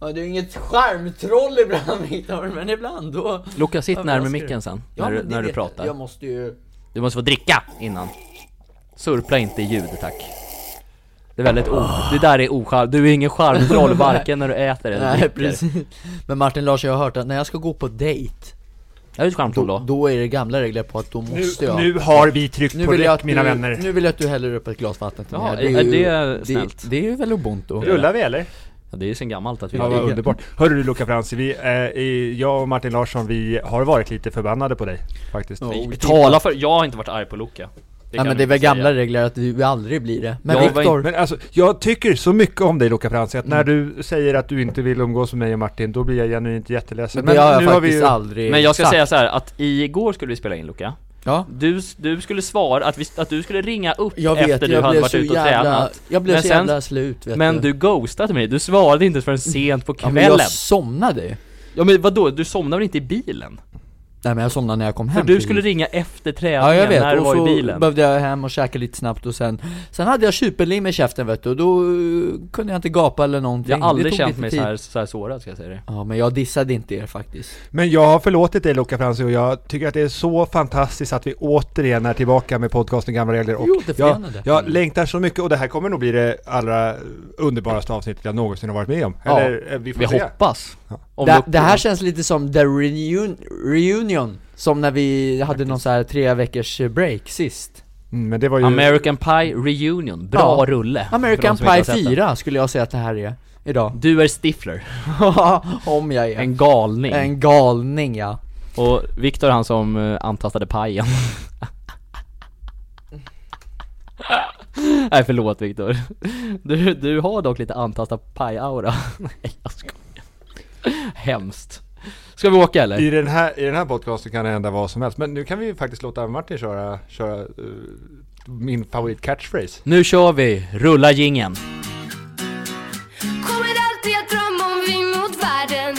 Ja, du är inget skärmtroll ibland Viktor, men ibland då... Luca, sitt Ja, men närmare vad ska du- micken sen, Ja, när, du- men det när du vet jag. pratar. Jag måste ju... Du måste få dricka innan. Surpla inte i ljud, tack. Det är väldigt o... Ah. Det där är ocharm... Du är ingen charmtroll varken när du äter eller Nej, dricker. precis. Men Martin Lars, jag har hört att när jag ska gå på dejt, Jag är ju charmtroll då, då. då är det gamla regler på att då Nu, måste jag... nu har vi tryckt på vill jag att räck mina du, vänner. Nu vill jag att du häller upp ett glas vatten till Jaha, mig. här. är ju- det snällt? Det, det är ju väl ubuntu? Rullar vi eller? Ja, det är ju sen gammalt att vi... Ja, vad underbart. Hörru du Luca Franzi, vi, eh, i- jag och Martin Larsson, vi har varit lite förbannade på dig faktiskt. Ja. Vi talar för... Jag har inte varit arg på Luca. Nej men det är väl gamla regler att vi aldrig blir det. Men Jag var Viktor, Mm. Men alltså, jag tycker så mycket om dig Luca Franzi, att när du säger att du inte vill umgås med mig och Martin, då blir jag genuint jätteledsen. det har jag nu faktiskt vi ju- aldrig Men jag ska sagt. säga så här att igår skulle vi spela in Luca. Ja. Du, du skulle svara att, vi, att du skulle ringa upp Jag vet, efter du jag hade blev varit så ute och jävla, tränat. Jag blev Men så sen- jävla slut vet Men du ghostade mig, du svarade inte förrän sent på ja, men jag kvällen. somnade ju. Ja men vadå, du somnade väl inte i bilen? Nej men jag somnade när jag kom För hem du till- skulle ringa efter Ja träningen jag vet, när du och var så i bilen. behövde jag hem och käka lite snabbt och sen Sen hade jag tjupenlim i käften vet du, och då eh, kunde jag inte gapa eller någonting Jag har Det aldrig tog känt lite mig tid. så här, så här sårad ska jag säga det. Ja men jag dissade inte er faktiskt Men jag har förlåtit dig Luca Franzi och jag tycker att det är så fantastiskt att vi återigen är tillbaka med podcasten Gamla Regler och Jo, det jag, förenade. Mm. jag längtar så mycket och det här kommer nog bli det allra underbaraste avsnittet jag någonsin har varit med om. Ja. Eller eh, vi får Vi se. hoppas. Om det, du- det här känns lite som the reun reunion Som när vi hade någon så här tre veckors break sist Mm, men det var ju... American Pie Reunion, bra Ja. rulle. American för de som Pie inte har sett den. 4 skulle jag säga att det här är idag Du är Stifler, Om jag är en galning. en galning ja Och Viktor han som eh, antastade pajen. Nej förlåt Viktor. Du, du har dock lite antastad paj-aura. Nej jag skojar. Hemskt. Ska vi åka eller? I den, här, I den här podcasten kan det hända vad som helst, men nu kan vi ju faktiskt låta Martin köra, köra eh, min favorit catchphrase. Nu kör vi, rulla gingen. Kommer alltid att drömma om vi mot världen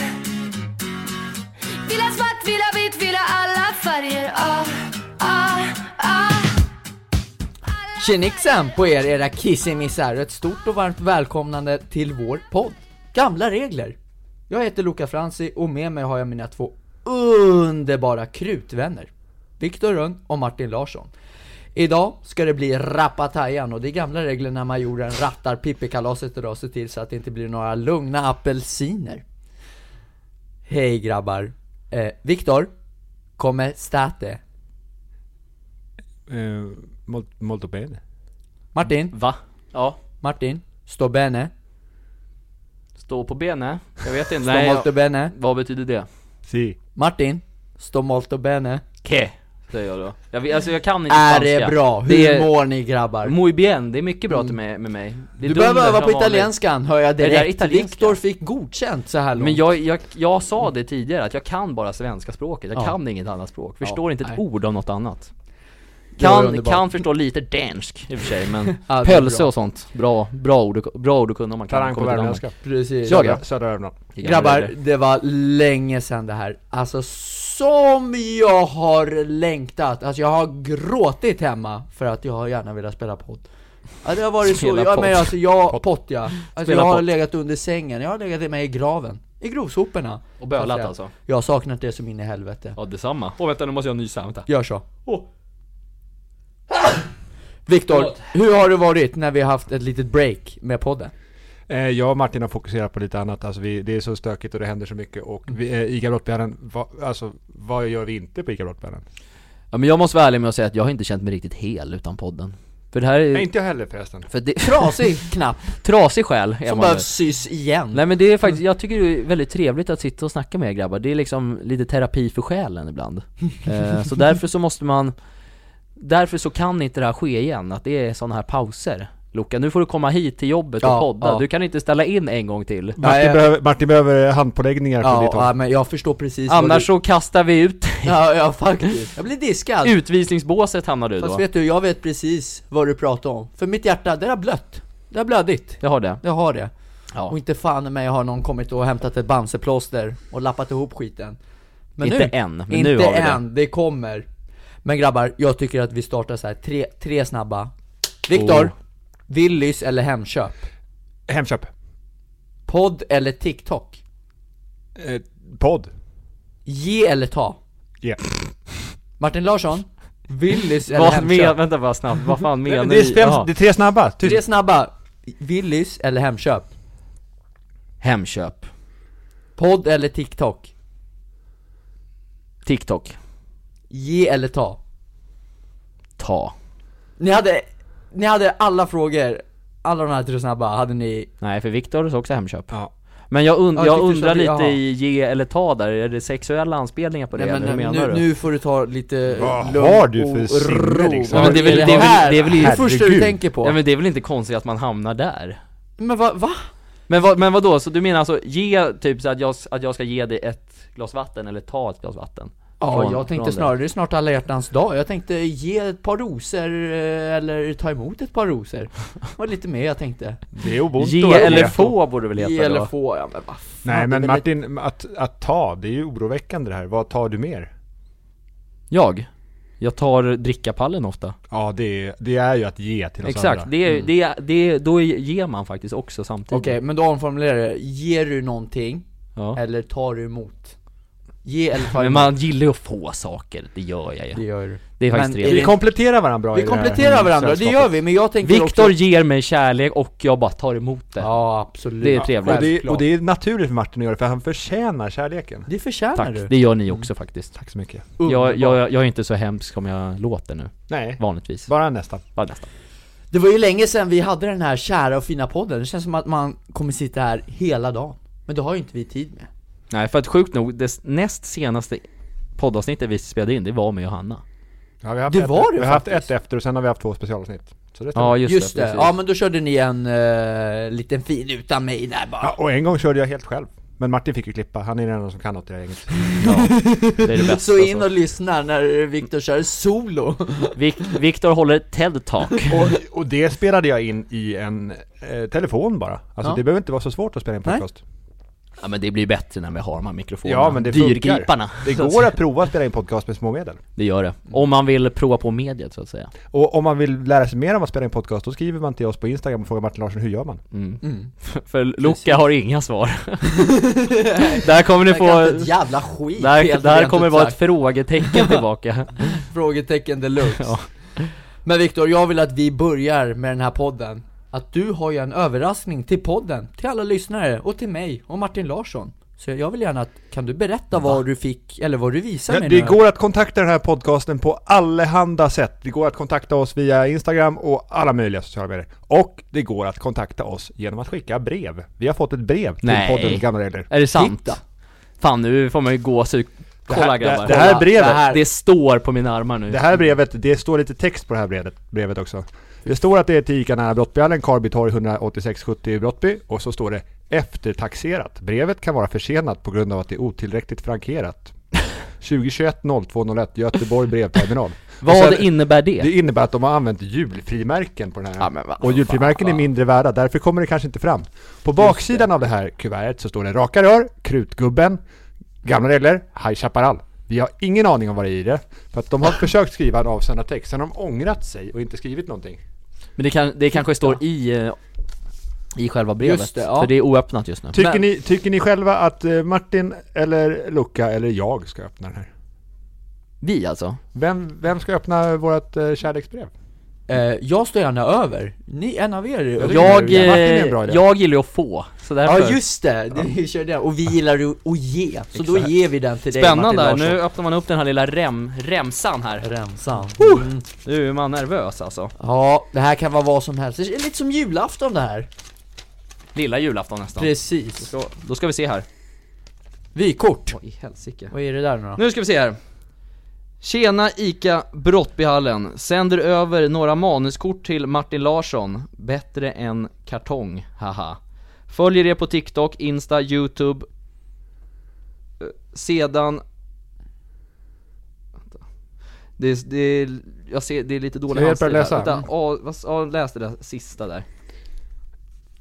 Vill ha svart, vill ha vitt, vill ha alla färger ah, ah, ah. Tjenixen på er era kissemissar! Ett stort och varmt välkomnande till vår podd Gamla regler! Jag heter Luca Franzi och med mig har jag mina två underbara krutvänner Viktor Rönn och Martin Larsson Idag ska det bli rappatajan och det är gamla regler när majoren rattar pippikalaset idag Se till så att det inte blir några lugna apelsiner Hej grabbar! Eh, Viktor, come state? Uh, molto bene. Martin, Va? Ja. Martin, sto bene? Stå på benen? Jag vet inte. Sto molto bene? Vad betyder det? Si. Martin, sto molto bene. Ke, säger jag då. Jag, vet- alltså jag kan inte Är Mm, spanska. det bra? Hur Det är, mår ni grabbar? muy bien, det är mycket bra till mig, med mig. Det är Du behöver dunder öva som på vanligt. italienskan, hör jag där direkt. italienska? Viktor fick godkänt så här långt. Men jag, jag, jag sa det tidigare, att jag kan bara svenska språket, jag Ja. kan inget annat språk, förstår inte ett nej. ord om något annat Det var Kan, underbart. kan förstå lite dansk i och för sig men, Ja, det är pölse bra. och sånt, bra, bra ord, att- bra ord att kunna om man kan Talang på komma till Danmark värmländska. Precis. Jag ja. Södra Värmland. Det kan man Grabbar, göra. det var länge sedan det här. Alltså som jag har längtat. Alltså jag har gråtit hemma för att jag har gärna velat spela podd. Ja, det har varit så, Spela ja, men pott. alltså jag, pott ja. Alltså Spela jag har pott. legat under sängen, jag har legat mig i graven. I grovsoporna. Och bölat jag- alltså? Jag har saknat det som in i helvete. Ja detsamma, åh vänta nu måste jag nysa, vänta Gör så. Åh. Viktor, Förlåt. hur har det varit när vi har haft ett litet break med podden? Eh, jag och Martin har fokuserat på lite annat. Alltså vi, det är så stökigt och det händer så mycket. Och vi, eh, ICA Brottbjörnen, va, alltså vad gör vi inte på ICA Brottbjörnen? Ja men jag måste vara ärlig med att säga att jag har inte känt mig riktigt hel utan podden För det här är Nej, inte jag heller förresten. för det, Trasig knapp, trasig själ är som Mm. man behövs väl. sys igen. Nej men det är faktiskt, jag tycker det är väldigt trevligt att sitta och snacka med er grabbar, det är liksom lite terapi för själen ibland eh, Så därför så måste man, därför så kan inte det här ske igen, att det är sådana här pauser Luca, nu får du komma hit till jobbet Ja, och podda, ja. du kan inte ställa in en gång till Martin, jag- behöver, Martin behöver handpåläggningar från ditt ja, ja, håll. men jag förstår precis vad Annars så kastar vi ut dig. du... Ja, ja faktiskt. Jag blir diskad. Utvisningsbåset hamnar du Fast då vet du, jag vet precis vad du pratar om. För mitt hjärta, det har blött. Det har blödigt. Jag har det Det har det. Och ja. inte fan i mig har någon kommit och hämtat ett bamseplåster och lappat ihop skiten. Men Inte än, men inte nu har vi det än, det. kommer. Men grabbar, jag tycker att vi startar så här tre, tre snabba. Viktor, Oh. Willys eller Hemköp? Hemköp. Podd eller TikTok? Eh, podd. Ge eller ta? Ja. Martin Larsson? Willys eller Vad men, Hemköp? vänta bara snabbt, vad fan menar Det är, ni? fem, Jaha. det är tre snabba. Tyst. Tre snabba. Willys eller Hemköp? Hemköp, Podd eller TikTok? TikTok, Ge eller ta? ta Ni hade, ni hade alla frågor, alla de här tre snabba hade ni Nej för Viktor sa också Hemköp Ja. Men jag, und- Ja, jag Viktor undrar sa- lite jaha. i ge eller ta där, är det sexuella anspelningar på det eller hur menar nu, du? nu får du ta lite Vad lugn har du för och sinne, ro. liksom? Ja, men det är väl- Vad det är väl- här? det är väl- det första du herregud. tänker på? Ja men det är väl inte konstigt att man hamnar där? Men va? va? Men, vad, men vadå, så du menar alltså ge, typ så att jag, att jag ska ge dig ett glas vatten eller ta ett glas vatten? Ja, Från- jag från tänkte det. snarare, det är snart alla hjärtans dag, jag tänkte ge ett par rosor, eh, eller ta emot ett par rosor Det var lite mer jag tänkte Det är obont Ge eller få borde väl heta Ge eller då? få, ja men va fan, det Nej är men väl Martin, att, att ta, det är ju oroväckande det här. Vad tar du mer? Jag? Jag tar drickapallen ofta Ja det är, det är ju att ge till oss Exakt, andra. det, är- det, är- det, är- då är- ger man faktiskt också samtidigt Mm. Okej, men då omformulerar jag det. Ger du någonting, ja. eller tar du emot? Ge eller ta Men emot? man gillar ju att få saker, det gör jag Det ju gör du Det är faktiskt Men trevligt Vi kompletterar varandra bra Vi i det här kompletterar varandra, det gör sällskapet. vi, men jag tänker Viktor också... ger mig kärlek och jag bara tar emot det Ja, absolut Det är trevligt. Och det, Självklart. och det är naturligt för Martin att göra det, för han förtjänar kärleken. Det förtjänar Tack, du det gör ni också faktiskt Tack så mycket. jag, Mm. Underbart. jag, jag är inte så hemsk som jag låter nu, Nej, vanligtvis bara nästan. Bara nästan Det var ju länge sedan vi hade den här kära och fina podden, det känns som att man kommer sitta här hela dagen Men det har ju inte vi tid med Nej för att sjukt nog, det s- näst senaste poddavsnittet vi spelade in, det var med Johanna Ja, vi har haft Det ett, var det Vi har haft faktiskt. ett efter och sen har vi haft två specialavsnitt. Så det stämmer. Ja just, Just, det, precis. ja men då körde ni en eh, liten fin utan mig där bara Ja, och en gång körde jag helt själv. Men Martin fick ju klippa, han är den enda som kan något i det här gänget. det är det bästa alltså. Så in så. och lyssna när Viktor kör solo Vik- Viktor håller ett TED-talk Och, och det spelade jag in i en eh, telefon bara. Alltså Ja. det behöver inte vara så svårt att spela in Nej. podcast. Ja men det blir bättre när vi har de här mikrofonerna, Ja, men det funkar. dyrgriparna Det så att går säga. att prova att spela in podcast med små medel. Det gör det, om man vill prova på mediet så att säga Och om man vill lära sig mer om att spela in podcast, då skriver man till oss på Instagram och frågar Martin Larsson, hur gör man? mm. mm. För Luca har inga svar Där kommer ni Jag få, kan inte ett jävla skit där, helt där rent kommer det ut vara ett sagt. frågetecken tillbaka Frågetecken deluxe Ja. Men Viktor, jag vill att vi börjar med den här podden Att du har ju en överraskning till podden, till alla lyssnare och till mig och Martin Larsson Så jag vill gärna att, kan du berätta vad du fick, eller vad du visar Ja, mig det nu? går att kontakta den här podcasten på allehanda sätt. Det går att kontakta oss via Instagram och alla möjliga sociala medier. Och det går att kontakta oss genom att skicka brev. Vi har fått ett brev till Nej. podden Gamla Regler. Är det sant? Titta. Fan nu får man ju gåshud, Det kolla här- grabbar det här brevet- det här, Det står på mina armar nu Det här brevet, det står lite text på det här brevet, brevet också. Det står att det är till ICA nära Brottbyhallen, Karlby torg 18670 i Brottby. Och så står det eftertaxerat. Brevet kan vara försenat på grund av att det är otillräckligt frankerat. 2021 0201 Göteborg brevterminal. Och Vad sen- innebär det? Alltså, Det innebär att de har använt julfrimärken på den här. Ja, men vad och julfrimärken fan, är mindre värda, därför kommer det kanske inte fram. På baksidan av det här kuvertet så står det Raka rör, Krutgubben, Gamla regler, High Chaparral. Vi har ingen aning om vad det är i det, för att de har försökt skriva en avsändartext, sen har de ångrat sig och inte skrivit någonting. Men det, kan, det kanske står i, eh, i själva brevet, Just det, ja. för det är oöppnat just nu Tycker, Men- ni, tycker ni själva att eh, Martin eller Luca eller jag ska öppna den här? Vi alltså? Vem, vem ska öppna vårt eh, kärleksbrev? eh, jag står gärna över, ni, en av er Jag tycker Jag, det är- Martin är en bra eh, idé. jag gillar ju att få, så därför Ja just det, det vi körde den, och vi gillar ju att ge, så då ger vi den till dig Spännande, Martin nu Larsson. öppnar man upp den här lilla rem, remsan här Rensan mm. Nu är man nervös alltså Ja, det här kan vara vad som helst, det är lite som julafton det här Lilla julafton nästan Precis Så, Då ska vi se här Vykort Oj, helsike Vad är det där nu då? Nu ska vi se här Tjena ICA Brottbyhallen, sänder över några manuskort till Martin Larsson Bättre än kartong, haha Följer er på TikTok, Insta, Youtube Eh, Sedan Vänta. det, är- det, är- jag ser, det är lite Ska dålig jag hjälpa dig läsa? Vänta, ja, vad- ja, läs det där sista där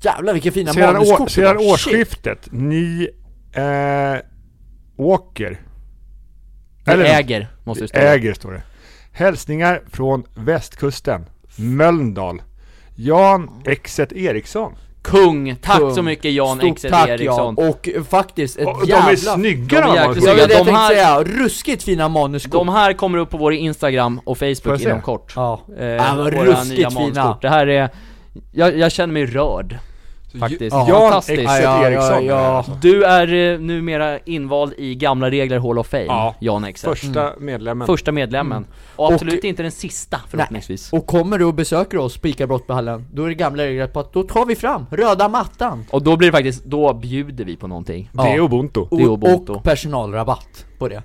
Jävlar vilka fina Sedan, manuskort å, det sedan var. Shit. årsskiftet, ni eh, åker. Vi Eller- äger, måste det stå Äger står det. Hälsningar från västkusten, Mölndal. Jan Exet Eriksson. Kung! Tack Kung. så mycket Jan Stort XL tack Eriksson! Jan, och eh, faktiskt ett Och de jävla... är snygga de är de jäkligt Ja, här det är sjuka. det jag De tänkte här- säga, ruskigt fina manuskort! De här kommer upp på vår Instagram och Får jag Facebook se? inom kort. Ja, Eh, Ja, Ah, vad våra ruskigt nya manuskort. fina. Det här är, jag, jag känner mig rörd faktiskt. Ja. Jan Fantastiskt. Exet Ja, ja, Eriksson. ja. alltså. Du är eh, numera invald i Gamla Regler Hall of Fame, Ja. Jan Exel. Första medlemmen. Första medlemmen. Och Mm. Och- absolut inte den sista förhoppningsvis. Och kommer du och besöker oss på ICA Brottbyhallen, då är det gamla regler på att då tar vi fram röda mattan! Och då blir det faktiskt, då bjuder vi på någonting. Det är Ja. ubuntu. Det är Och, Ubuntu. och personalrabatt på det.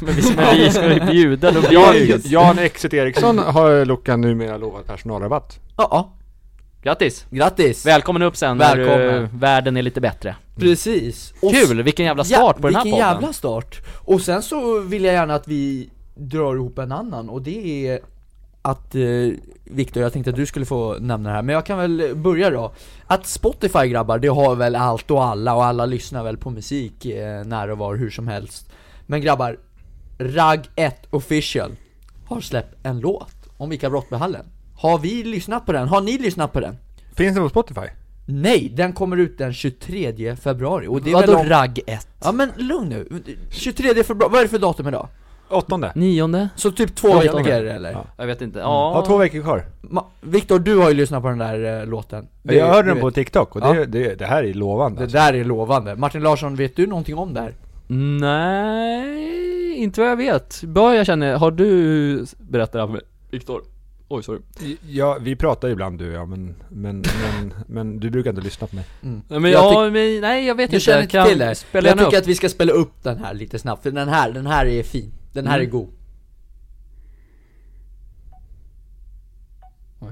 Men vi, Alltså, men vi ska ju bjuda, då Jan, bjuder vi. Jan Exet Eriksson har Loka numera lovat personalrabatt. Ja, ja. Grattis! Grattis! Välkommen upp sen när Välkommen. eh, världen är lite bättre. Precis! Och Kul! Vilken jävla start på den här vilken podden. jävla start! Och sen så vill jag gärna att vi drar ihop en annan och det är att eh, Viktor, jag tänkte att du skulle få nämna det här, men jag kan väl börja då. Att Spotify grabbar, det har väl allt och alla och alla lyssnar väl på musik eh, när och var hur som helst. Men grabbar, Rag 1 official har släppt en låt om Vilka brott med hallen. Har vi lyssnat på den? Har ni lyssnat på den? Finns den på Spotify? Nej, den kommer ut den 23 februari och det är väl Vadå om ragg 1? Ja men lugn nu, 23 februari, vad är det för datum idag? Åttonde? Nionde? Så typ två Två veckor veckor. eller? Ja. Jag vet inte, Ja, ja... två veckor kvar. Ma- Viktor, du har ju lyssnat på den där eh, låten Det- jag hörde du den på vet. TikTok och det, det, det här är lovande. Det Alltså. där är lovande. Martin Larsson, vet du någonting om det här? Nej, inte vad jag vet. Bör jag känner, har du berättat det här för mig? Viktor? Oj, sorry. Ja, vi pratar ju ibland du och jag, men, men, men, men du brukar inte lyssna på mig. Nej, men Jag jag, tyck- men, nej jag vet Du inte. känner inte Kan- till det? Spela Jag gärna tycker upp. att vi ska spela upp den här lite snabbt, för den här, den här är fin. Den här Mm. är god. Oj.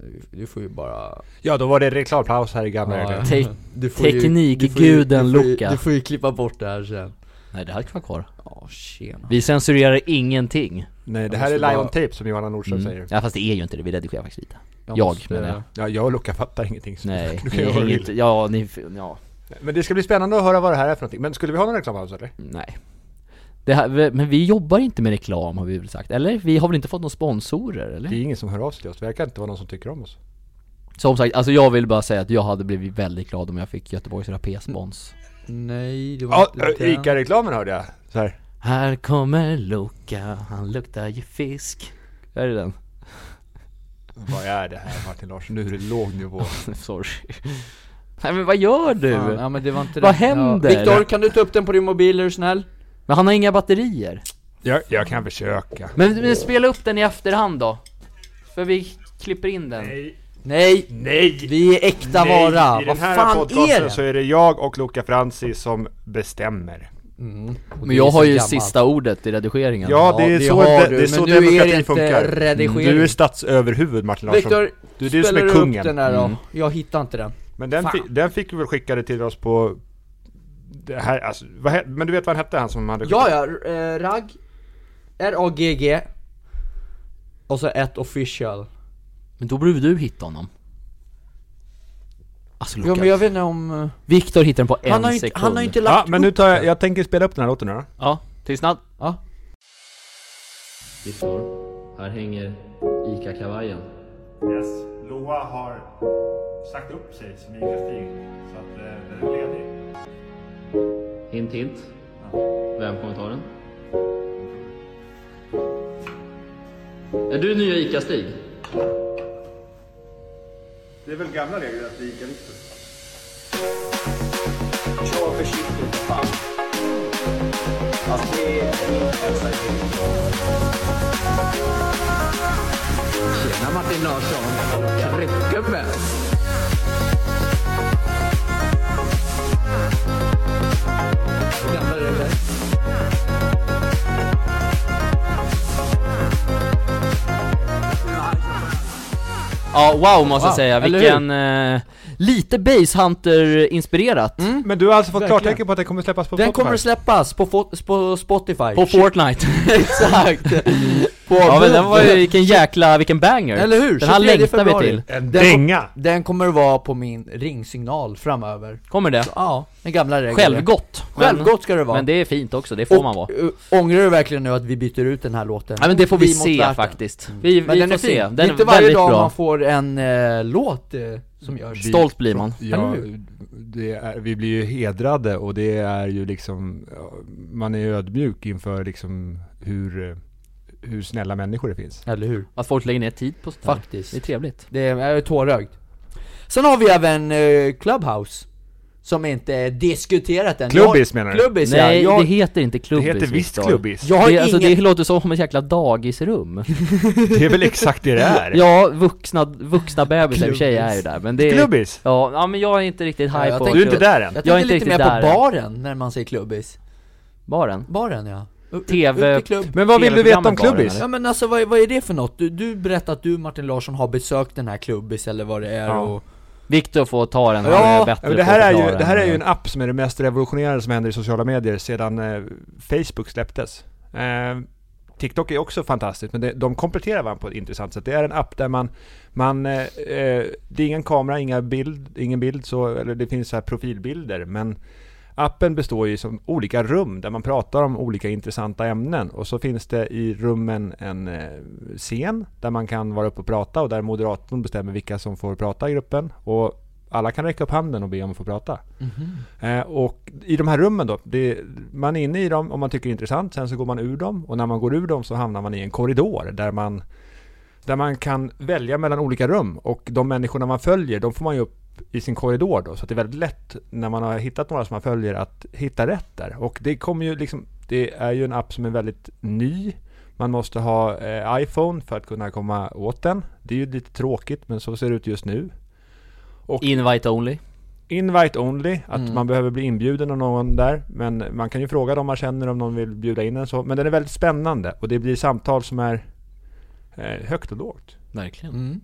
Du- Du får ju bara... Ja, då var det reklampaus här i gamla regler. Te- du får ju- du får ju- teknikguden du får ju- Luca. Du får ju klippa bort det här sen. Nej det här kan vara kvar. Ja, tjena. Vi censurerar ingenting. Nej, det Jag här är måste live bara- on tape som Johanna Nordström säger. Ja fast det är ju inte det, vi redigerar faktiskt lite. Jag menar jag. Ja, jag och Luca fattar ingenting. Så Nej, du kan ni göra vad du hänger vill. inte, ja ni, ja, Men det ska bli spännande att höra vad det här är för någonting. Men skulle vi ha någon reklampaus eller? nej. Det här, men vi jobbar inte med reklam har vi väl sagt, eller? Vi har väl inte fått några sponsorer eller? Det är ingen som hör av sig till oss. Det verkar inte vara någon som tycker om oss. Som sagt, alltså jag vill bara säga att jag hade blivit väldigt glad om jag fick Göteborgs Rapé-spons Nej, det var Ja, inte den. ICA-reklamen hörde jag. Så här. Här kommer Luca, han luktar ju fisk Är det den? Vad är det här Martin Larsson? Nu är det låg nivå. Sorry Nej men vad gör du? Fan, ja, men det var inte Vad den. händer? Ja. Viktor, kan du ta upp den på din mobil är du snäll? Men han har inga batterier Jag, jag kan försöka. Men, men spela upp den i efterhand då För vi klipper in den Nej! Nej! Vi är äkta vara! I den Vad här fan är podcasten det? så är det jag och Luca Franci som bestämmer. Men jag har ju sista ordet i redigeringen Ja, det är det så, har det, du, det är men så nu är det demokratin inte funkar. redigering. Du är statsöverhuvud Martin Larsson. Viktor, du är du som spelar är du upp kungen. den här då? Jag hittar inte den. Men den, Fan. fi, den fick vi väl skickade till oss på... Det här, alltså, vad, he- men du vet vad han hette han som hade Ja, ja, eh, ragg, R-A-G-G och så ett official. Men då borde du hitta honom Alltså Luca, Ja, men jag vet inte om... eh, Viktor hittar den på en Han har ju inte, sekund han har ju inte Ja, lagt men nu tar jag, jag tänker spela upp den här låten nu då. Ja, tystnad Ja. Viktor, här hänger ICA-kavajen Yes. Loa har sagt upp sig som ICA-Stig, så att eh, den är ledig. Hint hint. Vem ta den? Är du nya ICA-Stig? Det är väl gamla regler att det är ICA-Viktor? Tjena Martin Larsson, kryckgubbe! Ja, wow måste jag Wow, säga. eller Vilken... Eh, lite basehunter-inspirerat Mm. Men du har alltså fått Verkligen. klartecken på att den kommer släppas på Den Spotify? kommer att släppas på, fo- på Spotify på Fortnite Exakt! På Ja men den var ju, vilken jäkla, vilken banger! Eller hur? Den här 23 längtar vi februari. till, En Den kom- dänga! Den kommer att vara på min ringsignal framöver kommer det? Ja, den gamla regeln Självgott! Men- Självgott ska det vara Men det är fint också, det får man vara ö, Ångrar du verkligen nu att vi byter ut den här låten? Ja men det får vi, Vi mot se världen. faktiskt Vi, Mm. Men vi den får är fin, se, det den är är inte varje väldigt dag bra man får en eh, låt eh, som görs Vi- Stolt blir man Eller Ja, hur? det är, vi blir ju hedrade och det är ju liksom, ja, man är ödmjuk inför liksom hur, eh, hur snälla människor det finns. Eller hur? Att folk lägger ner tid på sånt här. Faktiskt Det är trevligt Det är, jag är tårögd Sen har vi även eh, Clubhouse Som inte är diskuterat än Klubbis jag, menar du? Klubbis Nej, ja, jag, det heter inte Det klubbis heter visst Viktor. klubbis. jag har det, alltså, ingen, det låter som ett jäkla dagisrum Det är väl exakt det det är? Ja, vuxna, vuxna bebisar i och för sig är ju där men det är, Klubbis! ja, ja men jag är inte riktigt Ja, high jag på tänkte- Du är inte där än? jag jag är tänker inte lite mer riktigt där. på baren när man säger klubbis Baren? Baren ja U- TV upp i klubb. Men vad vill du veta om TV-programmet klubbis? var Ja men alltså vad, vad är det för något? Du, du berättade att du Martin Larsson har besökt den här klubbis eller vad det är Ja. och... Viktor får ta den, Ja, han är ja, bättre Ja, men på det, här att är ju, förklara det här än är ju jag. en app som är det mest revolutionerande som händer i sociala medier sedan eh, Facebook släpptes. Eh, TikTok är också fantastiskt, men det, de kompletterar varandra på ett intressant sätt. Det är en app där man... man eh, eh, det är ingen kamera, inga bild, ingen bild, så, eller det finns så här profilbilder, men appen består ju som olika rum där man pratar om olika intressanta ämnen. Och så finns det i rummen en eh, scen där man kan vara uppe och prata och där moderatorn bestämmer vilka som får prata i gruppen. Och alla kan räcka upp handen och be om att få prata. Eh, och i de här rummen då, det, man är inne i dem om man tycker det är intressant, sen så går man ur dem och när man går ur dem så hamnar man i en korridor där man, där man kan välja mellan olika rum och de människorna man följer, de får man ju upp i sin korridor då, så att det är väldigt lätt när man har hittat några som man följer att hitta rätt där. Och det kommer ju liksom, det är ju en app som är väldigt ny. Man måste ha eh, iPhone för att kunna komma åt den. Det är ju lite tråkigt, men så ser det ut just nu. Invite only Invite only, att Mm. man behöver bli inbjuden av någon där. Men man kan ju fråga dem man känner om någon vill bjuda in en så. Men den är väldigt spännande och det blir samtal som är eh, högt och lågt. Verkligen Mm.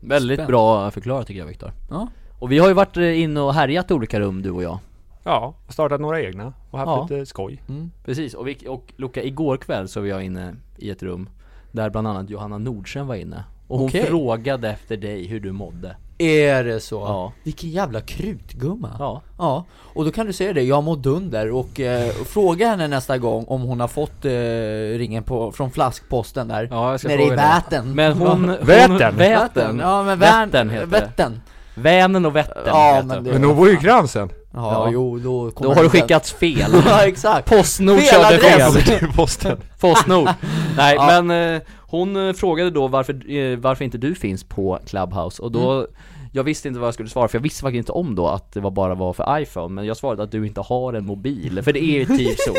Väldigt Spännande. bra förklarat tycker jag Viktor Ja. Och vi har ju varit eh, inne och härjat i olika rum du och jag Ja, och startat några egna och haft Ja. lite skoj. Mm. Precis, och, vi, och Luca, igår kväll så var jag inne i ett rum Där bland annat Johanna Nordsen var inne Och hon Okej. frågade efter dig hur du mådde Är det så? Ja. Vilken jävla krutgumma Ja Ja, och då kan du säga det, jag mår dunder och eh, fråga henne nästa gång om hon har fått eh, ringen på, från flaskposten där Ja, jag ska Nere i fråga det. Vätern Men hon... hon Vätern? Vätern! Ja men Vän, Vättern Vättern heter det Vättern. Vänern och Vättern Ja, heter men det. det- Men hon bor ju i gränsen. Ja, Ja. jo då kommer Då har du den. skickats fel Ja exakt! Postnord Fel körde adress. fel till posten. Postnord Nej Ja. men eh, hon eh, frågade då varför, eh, varför inte du finns på Clubhouse och då Jag visste inte vad jag skulle svara för jag visste faktiskt inte om då att det var bara var för iPhone men jag svarade att du inte har en mobil för det är ju typ så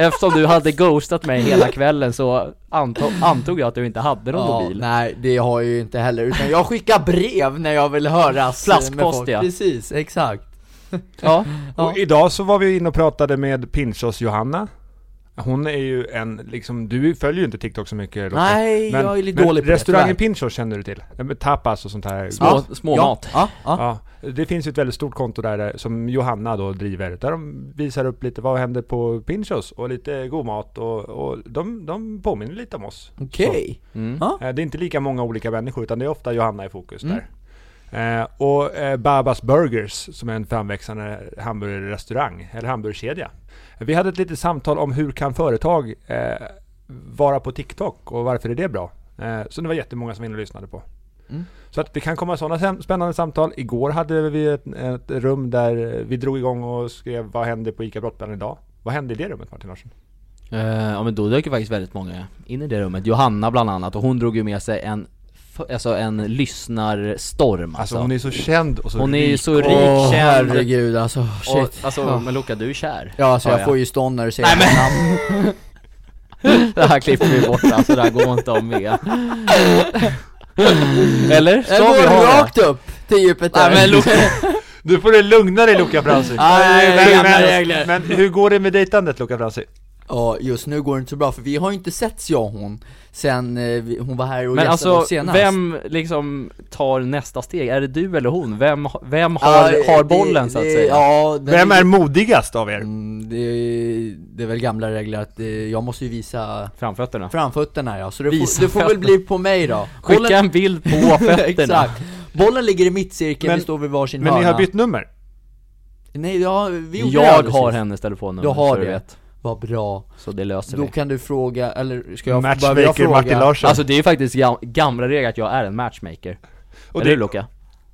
Eftersom du hade ghostat mig hela kvällen så antog, antog jag att du inte hade någon Ja, mobil nej det har jag ju inte heller, utan jag skickar brev när jag vill höras eh, Flaskpost, med folk. ja. Precis, exakt Ja, Ja. Och idag så var vi inne och pratade med Pinchos Johanna. Hon är ju en, liksom, du följer ju inte TikTok så mycket Lotta. Nej, jag är lite men dålig på det, Restaurangen tyvärr. Pinchos känner du till? Ja, men Tapas och sånt här. små, småmat Ja, ja, ja. Ja, det finns ju ett väldigt stort konto där eh, som Johanna då driver, där de visar upp lite vad händer på Pinchos och lite god mat och, och de, de påminner lite om oss. okej Mm. Eh, Det är inte lika många olika människor utan det är ofta Johanna i fokus där. Eh, och eh, Babas Burgers som är en framväxande hamburgerrestaurang, eller hamburgerkedja. Vi hade ett litet samtal om hur kan företag eh, vara på TikTok och varför är det bra? Eh, så det var jättemånga som var inne och lyssnade på. Mm. Så att det kan komma sådana sam- spännande samtal. Igår hade vi ett, ett rum där vi drog igång och skrev vad händer på ICA Brottbland idag? Vad hände i det rummet Martin Larsson? Eh, ja men då dök ju faktiskt väldigt många in i det rummet, Johanna bland annat, och hon drog ju med sig en, f- alltså en lyssnarstorm alltså. Alltså hon är så känd och så Hon är ju rik. så rik, Åh känd, herregud alltså, shit och, alltså Ja. men Luca du är kär Ja alltså Ja, jag ja. får ju stånd när du säger Nej, men... namn Det här klipper vi bort alltså, det här går inte om med Eller? Jag Ska vi går ha det? rakt upp till djupet där Nej men Luca, Nu får du lugna dig Luca Fransi. Nej, det är gamla men, regler. men hur går det med dejtandet Luca Fransi? Ja, just nu går det inte så bra för vi har ju inte setts jag och hon sen eh, vi, hon var här och Men gästade alltså, oss senast vem liksom tar nästa steg? Är det du eller hon? Vem, vem Ja, har, har bollen det, så att det, säga? Ja, den Vem är modigast av er? Mm, det, det är väl gamla regler att eh, jag måste ju visa Framfötterna? framfötterna ja, så det, Visa får, det får väl fötterna. bli på mig då Skicka en bild på fötterna! Exakt. Bollen ligger i mittcirkeln, Men- vi står vid varsin Men hörna ni har bytt nummer? Nej, ja, vi gjorde det Jag alldeles har sist. hennes telefonnummer Du har så du det. vet, Vad bra, så det löser då vi kan du fråga, eller ska jag, behöver jag Matchmaker fråga? Martin Larsson. Alltså det är ju faktiskt gam- gamla regler att jag är en matchmaker, och, eller hur det, Luka?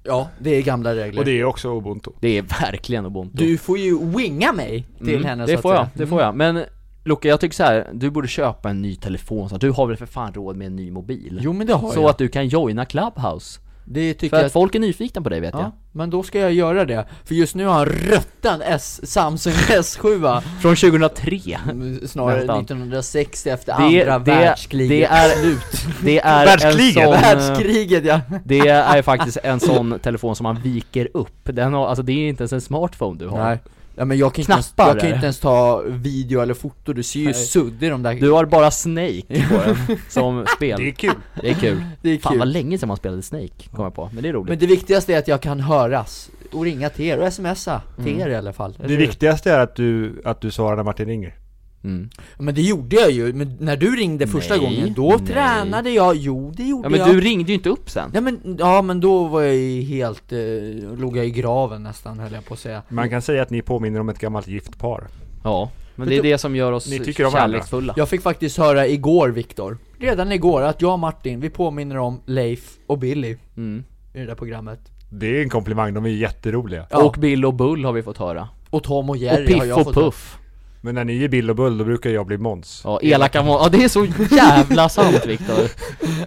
Ja, det är gamla regler och det är också ubuntu. Det är verkligen ubuntu Du får ju winga mig till Mm, henne Det så får att jag, säga. Mm. det får jag, men Luka jag tycker så här, du borde köpa en ny telefon så du har väl för fan råd med en ny mobil? Jo men det har så jag, att du kan joina Clubhouse, det för tycker jag att folk är nyfikna på dig vet jag Ja, men då ska jag göra det, för just nu har han röttan S, Samsung S7 Från 2003 Mm, Snarare Nästan. 1960 efter Det- andra det- världskriget det är- slut Det är Världskriget. en sån, Världskriget ja! Det är faktiskt en sån telefon som man viker upp, den har, alltså det är inte ens en smartphone du har Nej, ja, men jag kan, inte ens, Knappar, jag kan eller? inte ens ta video eller foto, du ser ju Nej. sudd i de där Du har bara Snake på den, som spel Det är kul. Det är kul Det är Fan kul vad länge sedan man spelade Snake, kom jag på, men det är roligt Men det viktigaste är att jag kan höras och ringa till er och smsa till Mm. er i alla fall eller Det hur? viktigaste är att du, att du svarar när Martin ringer. mm. Men det gjorde jag ju, men när du ringde första Nej, gången, då nej. tränade jag, jo det gjorde Ja men jag du ringde ju inte upp sen Nej men, ja men då var jag ju helt, eh, låg jag i graven nästan höll jag på att säga Man kan säga att ni påminner om ett gammalt gift par. Ja, men det är det som gör oss Ni tycker om kärleksfulla Jag fick faktiskt höra igår Viktor, redan igår att jag och Martin, vi påminner om Leif och Billy mm. i det där programmet Det är en komplimang, de är jätteroliga. Ja. Och Bill och Bull har vi fått höra Och Tom och Jerry Och har Piff jag och fått Puff Men när ni är Bill och Bull, då brukar jag bli Måns. Ja, elaka må- Ja det är så jävla sant Viktor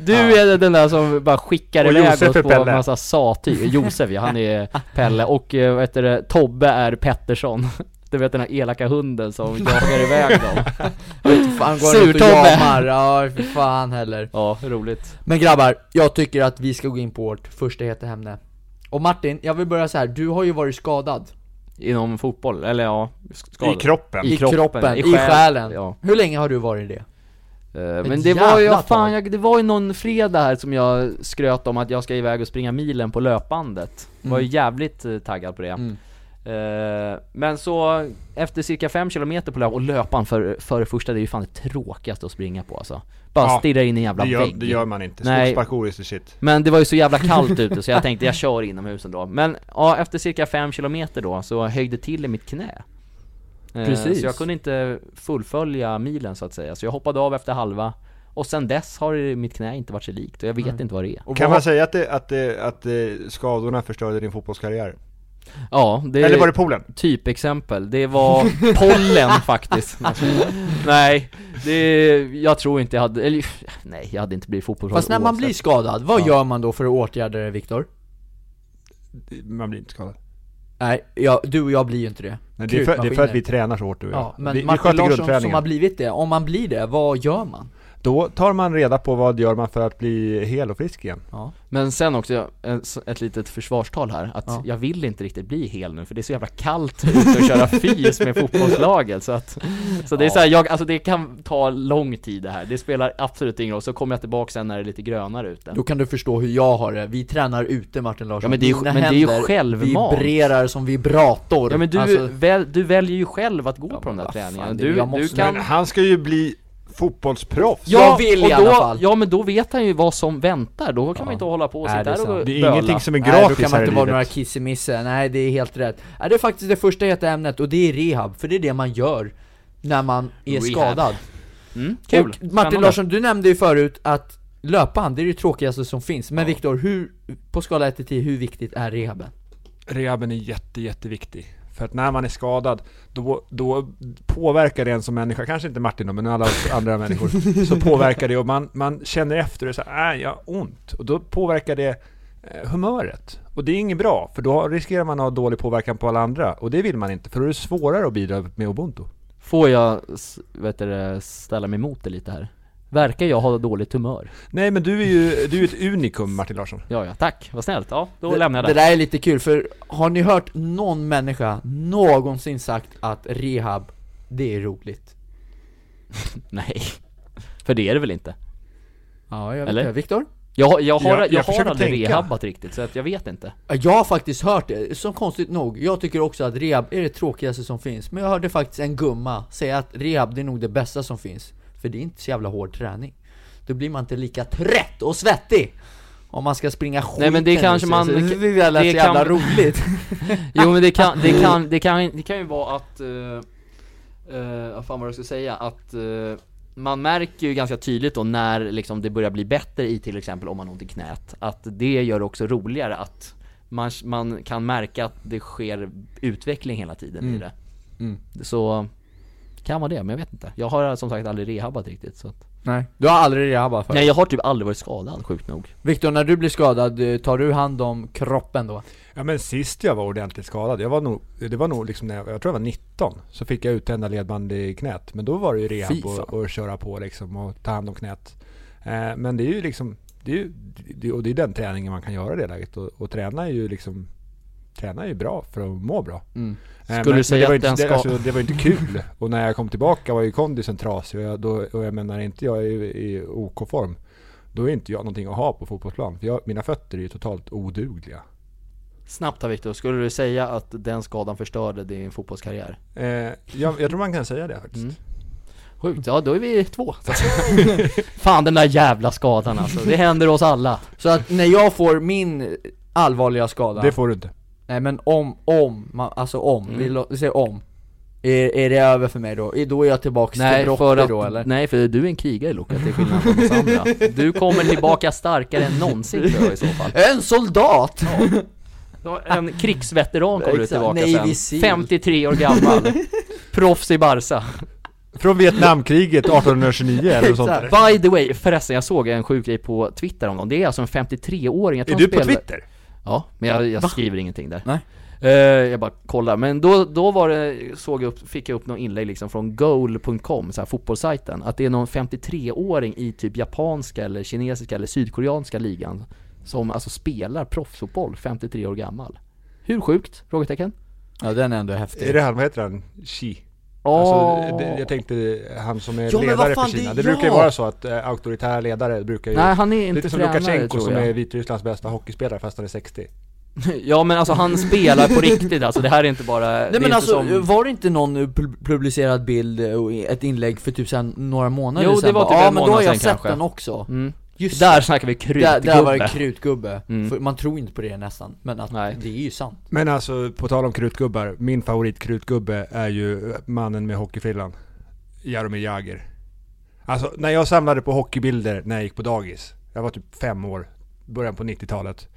Du är den där som bara skickar Och iväg oss Josef är på Pelle. massa satyr Josef ja, han är Pelle och eh, vad heter det, Tobbe är Pettersson Du vet den här elaka hunden som jagar iväg dem Fan går han ut och Sur-Tobbe. jamar, ja för fan heller Ja, roligt Men grabbar, jag tycker att vi ska gå in på vårt första heta ämne Och Martin, jag vill börja så här. du har ju varit skadad Inom fotboll, eller ja, sk- I skador. kroppen. I kroppen, i i, själ- själen ja. Hur länge har du varit det? Eh, Ett Men det var ju, jävla fan, tag. jag, det var ju någon fredag här som jag skröt om att jag ska iväg och springa milen på löpbandet Var ju Mm. jävligt eh, taggad på det Mm. Eh, Men så, efter cirka 5 km på löp, och löpan för, för det första, det är ju fan det tråkigaste att springa på alltså Bara Ja, stirra in i en jävla Det gör, vägg det gör man inte. Nej. Skogsparkour is the shit. Men det var ju så jävla kallt ute så jag tänkte jag kör inomhus ändå Men ja, efter cirka 5 km då så höjde till i mitt knä Eh, Precis. Så jag kunde inte fullfölja milen så att säga, så jag hoppade av efter halva Och sen dess har mitt knä inte varit sig likt och jag vet inte vad det är Och Kan vad- man säga att, det, att, det, att det, skadorna förstörde din fotbollskarriär? Ja, det Eller var det poolen? typexempel, det var pollen faktiskt Nej, det, jag tror inte jag hade, eller nej jag hade inte blivit fotbollsproffs Fast när man oavsett. blir skadad, vad Ja. gör man då för att åtgärda det Viktor? Man blir inte skadad. Nej, jag, du och jag blir ju inte det Nej, det, är för, det är för att Krutmaskiner. vi tränar så hårt du och jag. Ja, men vi, vi Martin sköter Larsson som grundträningen. har blivit det, om man blir det, vad gör man? Då tar man reda på vad gör man för att bli hel och frisk igen. Men sen också, en- ett litet försvarstal här, att Ja. jag vill inte riktigt bli hel nu för det är så jävla kallt ute att köra fys med fotbollslaget så att Så det är Ja. så här, jag, alltså det kan ta lång tid det här, det spelar absolut ingen roll, så kommer jag tillbaka sen när det är lite grönare ute Då kan du förstå hur jag har det, vi tränar ute Martin Larsson Ja, men det är ju- Mina men det är ju händer självmant. vibrerar som vibrator Ja men du, Alltså, väl, du väljer ju själv att gå på de där vad fan, träningarna, det är- du, jag du måste- kan Men han ska ju bli fotbollsproffs! Ja, Jag vill i och då, alla fall. Ja men då vet han ju vad som väntar, då kan man inte hålla på och Nej, sitta det är här och sant. Det är böla. ingenting som är Nej, då kan gratis man här i inte livet. vara några kissemisse, nej det är helt rätt Nej, Det är faktiskt det första heta ämnet och det är rehab, för det är det man gör när man är Rehab. skadad mm, Kul. kul! Och Martin Spännande. Larsson, du nämnde ju förut att löpband, det är det tråkigaste som finns Men Viktor, hur, på skala 1 till 10, hur viktigt är rehaben? rehaben är jätte, jätteviktig. För att när man är skadad, då, då påverkar det en som människa, kanske inte Martin då, men alla oss andra människor, så påverkar det och man, man känner efter och säger äh, jag har ont. Och då påverkar det eh, humöret. Och det är inget bra, för då riskerar man att ha dålig påverkan på alla andra. Och det vill man inte, för då är det svårare att bidra med ubuntu. Får jag, s- vet du, det, ställa mig emot det lite här? Verkar jag ha dåligt humör? Nej men du är ju du är ett unikum Martin Larsson. Ja, ja, tack, vad snällt. Ja, då lämnar det jag det. där är lite kul, för har ni hört någon människa någonsin sagt att rehab, det är roligt? Nej. För det är det väl inte? Ja, jag vet Eller? det. Viktor? Jag, jag har, Jag- jag, jag har försöker aldrig tänka. rehabbat riktigt, så att jag vet inte Jag har faktiskt hört det, som konstigt nog. Jag tycker också att rehab är det tråkigaste som finns. Men jag hörde faktiskt en gumma säga att rehab, det är nog det bästa som finns. För det är inte så jävla hård träning. Då blir man inte lika trött och svettig. Om man ska springa skiten Nej, men det ur kanske sig. man- Så Det, det- det, det lät så det jävla kan- roligt. Jo men det kan, det kan, Ah. det kan, det kan ju vara att, uh, vad fan var det jag skulle säga, att eh, man märker ju ganska tydligt då när liksom det börjar bli bättre i till exempel om man har ont i knät, att det gör det också roligare att man, man kan märka att det sker utveckling hela tiden i det. Mm. Så, kan vara det, men jag vet inte. Jag har som sagt aldrig rehabbat riktigt så att, Nej, du har aldrig rehabbat för. Nej jag har typ aldrig varit skadad sjukt nog. Viktor, när du blir skadad, eh, tar du hand om kroppen då? Ja men sist jag var ordentligt skadad, jag var nog, det var nog liksom när jag, jag tror jag var 19, så fick jag uttända ledband i knät. Men då var det ju Fy rehab fan. och, och köra på liksom och ta hand om knät. Eh, men det är ju liksom, det är ju, det, och det är den träningen man kan göra i det läget. Och, och träna är ju liksom, träna är ju bra för att må bra. Mm. Eh, Skulle men- du men säga det att var inte, den det, ska- alltså, det var ju inte kul. Och när jag kom tillbaka var ju kondisen trasig och jag, då, och jag menar inte jag är ju i OK-form. Då är inte jag någonting att ha på fotbollsplan. För jag, mina fötter är ju totalt odugliga. Snabbt här Viktor, skulle du säga att den skadan förstörde din fotbollskarriär? Eh, jag, jag tror man kan säga det faktiskt. Mm. Sjukt, ja då är vi två Fan den där jävla skadan alltså, det händer oss alla Så att när jag får min allvarliga skada Det får du inte. Nej men om, om, man, alltså om, vi, lå- vi säger om är, är det över för mig då? Är- Då är jag tillbaks till för Brotter då eller? nej för du är en krigare Luka till skillnad från oss andra Du kommer tillbaka starkare än någonsin tror jag i så fall En soldat! En krigsveteran kommer du Exakt, tillbaka Navy sen, Seal. 53 år gammal Proffs i Barca Från Vietnamkriget 1829 eller något sånt. Exakt. By the way, förresten jag såg en sjuk grej på Twitter om dem Det är alltså en 53-åring, jag Är tror han du på spelar- Twitter? Ja, men jag, jag skriver ingenting där. Nej. Eh, jag bara kollar, men då, då var det, såg jag upp, fick jag upp någon inlägg liksom från goal.com, så här fotbollssajten, att det är någon 53-åring i typ japanska eller kinesiska eller sydkoreanska ligan som alltså spelar proffsfotboll 53 år gammal. Hur sjukt? Frågetecken? Ja den är ändå Är häftig det han, vad heter han? Xi? Åh. Alltså, det, jag tänkte han som är Ja, men vad ledare fan, för Kina. det är Det, brukar ju jag. vara så att eh, auktoritära ledare brukar ju... Nej, han är inte lite som tränare Lukasjenko tror som jag. är Vitrysslands bästa hockeyspelare fast han är 60. Ja men alltså han spelar på riktigt alltså, det här är inte bara... det är Nej men inte alltså, som- var det inte någon eh, pu- publicerad bild eh, och i- ett inlägg för typ sen några månader Jo, sen? det var bara, typ ja, en men då månad har jag sen sett kanske." den också Mm. Just Där snackar vi krutgubbe! där, där var det krutgubbe, Mm. för man tror inte på det nästan, men att Nej. det är ju sant Men alltså, på tal om krutgubbar. Min favoritkrutgubbe är ju mannen med hockeyfrillan. Jaromir Jagr. Alltså, när jag samlade på hockeybilder när jag gick på dagis. Jag var typ fem år, början på 90-talet.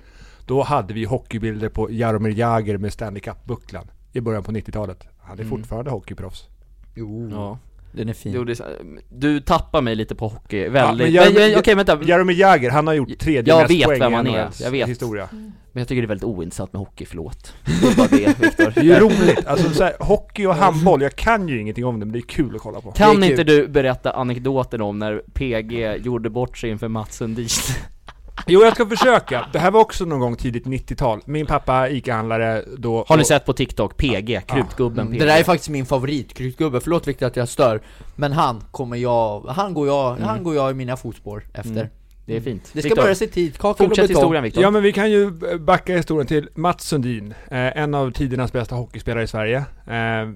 Då hade vi hockeybilder på Jaromir Jagr med Stanley Cup-bucklan. I början på 90-talet. Han Mm. är fortfarande hockeyproffs. Jo, Ja. den är fin Jo, det är, så- du tappar mig lite på hockey, Ja, väldigt. men men jag- men, okej vänta, Jaromir Jagr, han har gjort tredje Jag mest vet poäng vem i han är. NHLs Jag vet. historia. men jag tycker det är väldigt ointressant med hockey, förlåt. Det är bara det, Viktor. Det är ju roligt. Alltså, så här, hockey och handboll, jag kan ju ingenting om det men det är kul att kolla på. Kan Det är inte du berätta anekdoten om när PG gjorde bort sig inför Mats Sundin? Jo, jag ska försöka. Det här var också någon gång tidigt 90-tal. Min pappa ICA-handlare då... Har ni sett på TikTok? PG, krutgubben PG. Det där är faktiskt min favoritkrutgubbe, förlåt Viktor att jag stör Men han kommer jag, han går jag, Mm. han går jag i mina fotspår efter Det är fint. Det ska Viktor, börja sig tid, kakel och Mm. Fortsätt betong. historien Viktor. Ja, men vi kan ju eh, backa historien till Mats Sundin. Eh, en av tidernas bästa hockeyspelare i Sverige. Eh,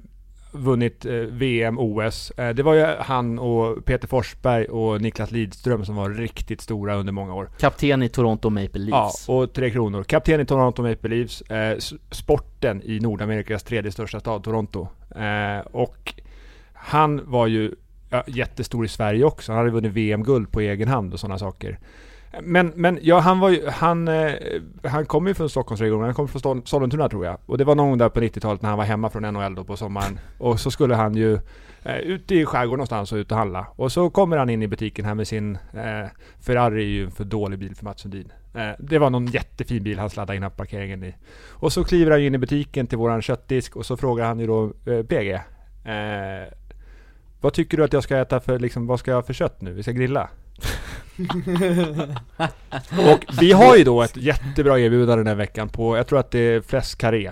vunnit eh, VM, OS. Eh, det var ju han och Peter Forsberg och Niklas Lidström som var riktigt stora under många år. Kapten i Toronto Maple Leafs. Ja, och Tre Kronor. Kapten i Toronto Maple Leafs. Eh, s- sporten i Nordamerikas tredje största stad, Toronto. Eh, och han var ju ja, jättestor i Sverige också. Han hade vunnit VM-guld på egen hand och sådana saker. Men, men ja, han var ju, han, eh, han kom ju från Stockholmsregionen, han kom från Stol- Sollentuna tror jag. Och det var någon gång där på 90-talet när han var hemma från NHL då på sommaren. Och så skulle han ju eh, ut i skärgården någonstans och ut och handla. Och så kommer han in i butiken här med sin eh, Ferrari är ju en för dålig bil för Mats Sundin. Eh, det var någon jättefin bil han sladdade in här på parkeringen i. Och så kliver han ju in i butiken till våran köttdisk och så frågar han ju då eh, PG. Eh, vad tycker du att jag ska äta för, liksom, vad ska jag ha för kött nu? Vi ska grilla. och vi har ju då ett jättebra erbjudande den här veckan på, jag tror att det är fläskkarré.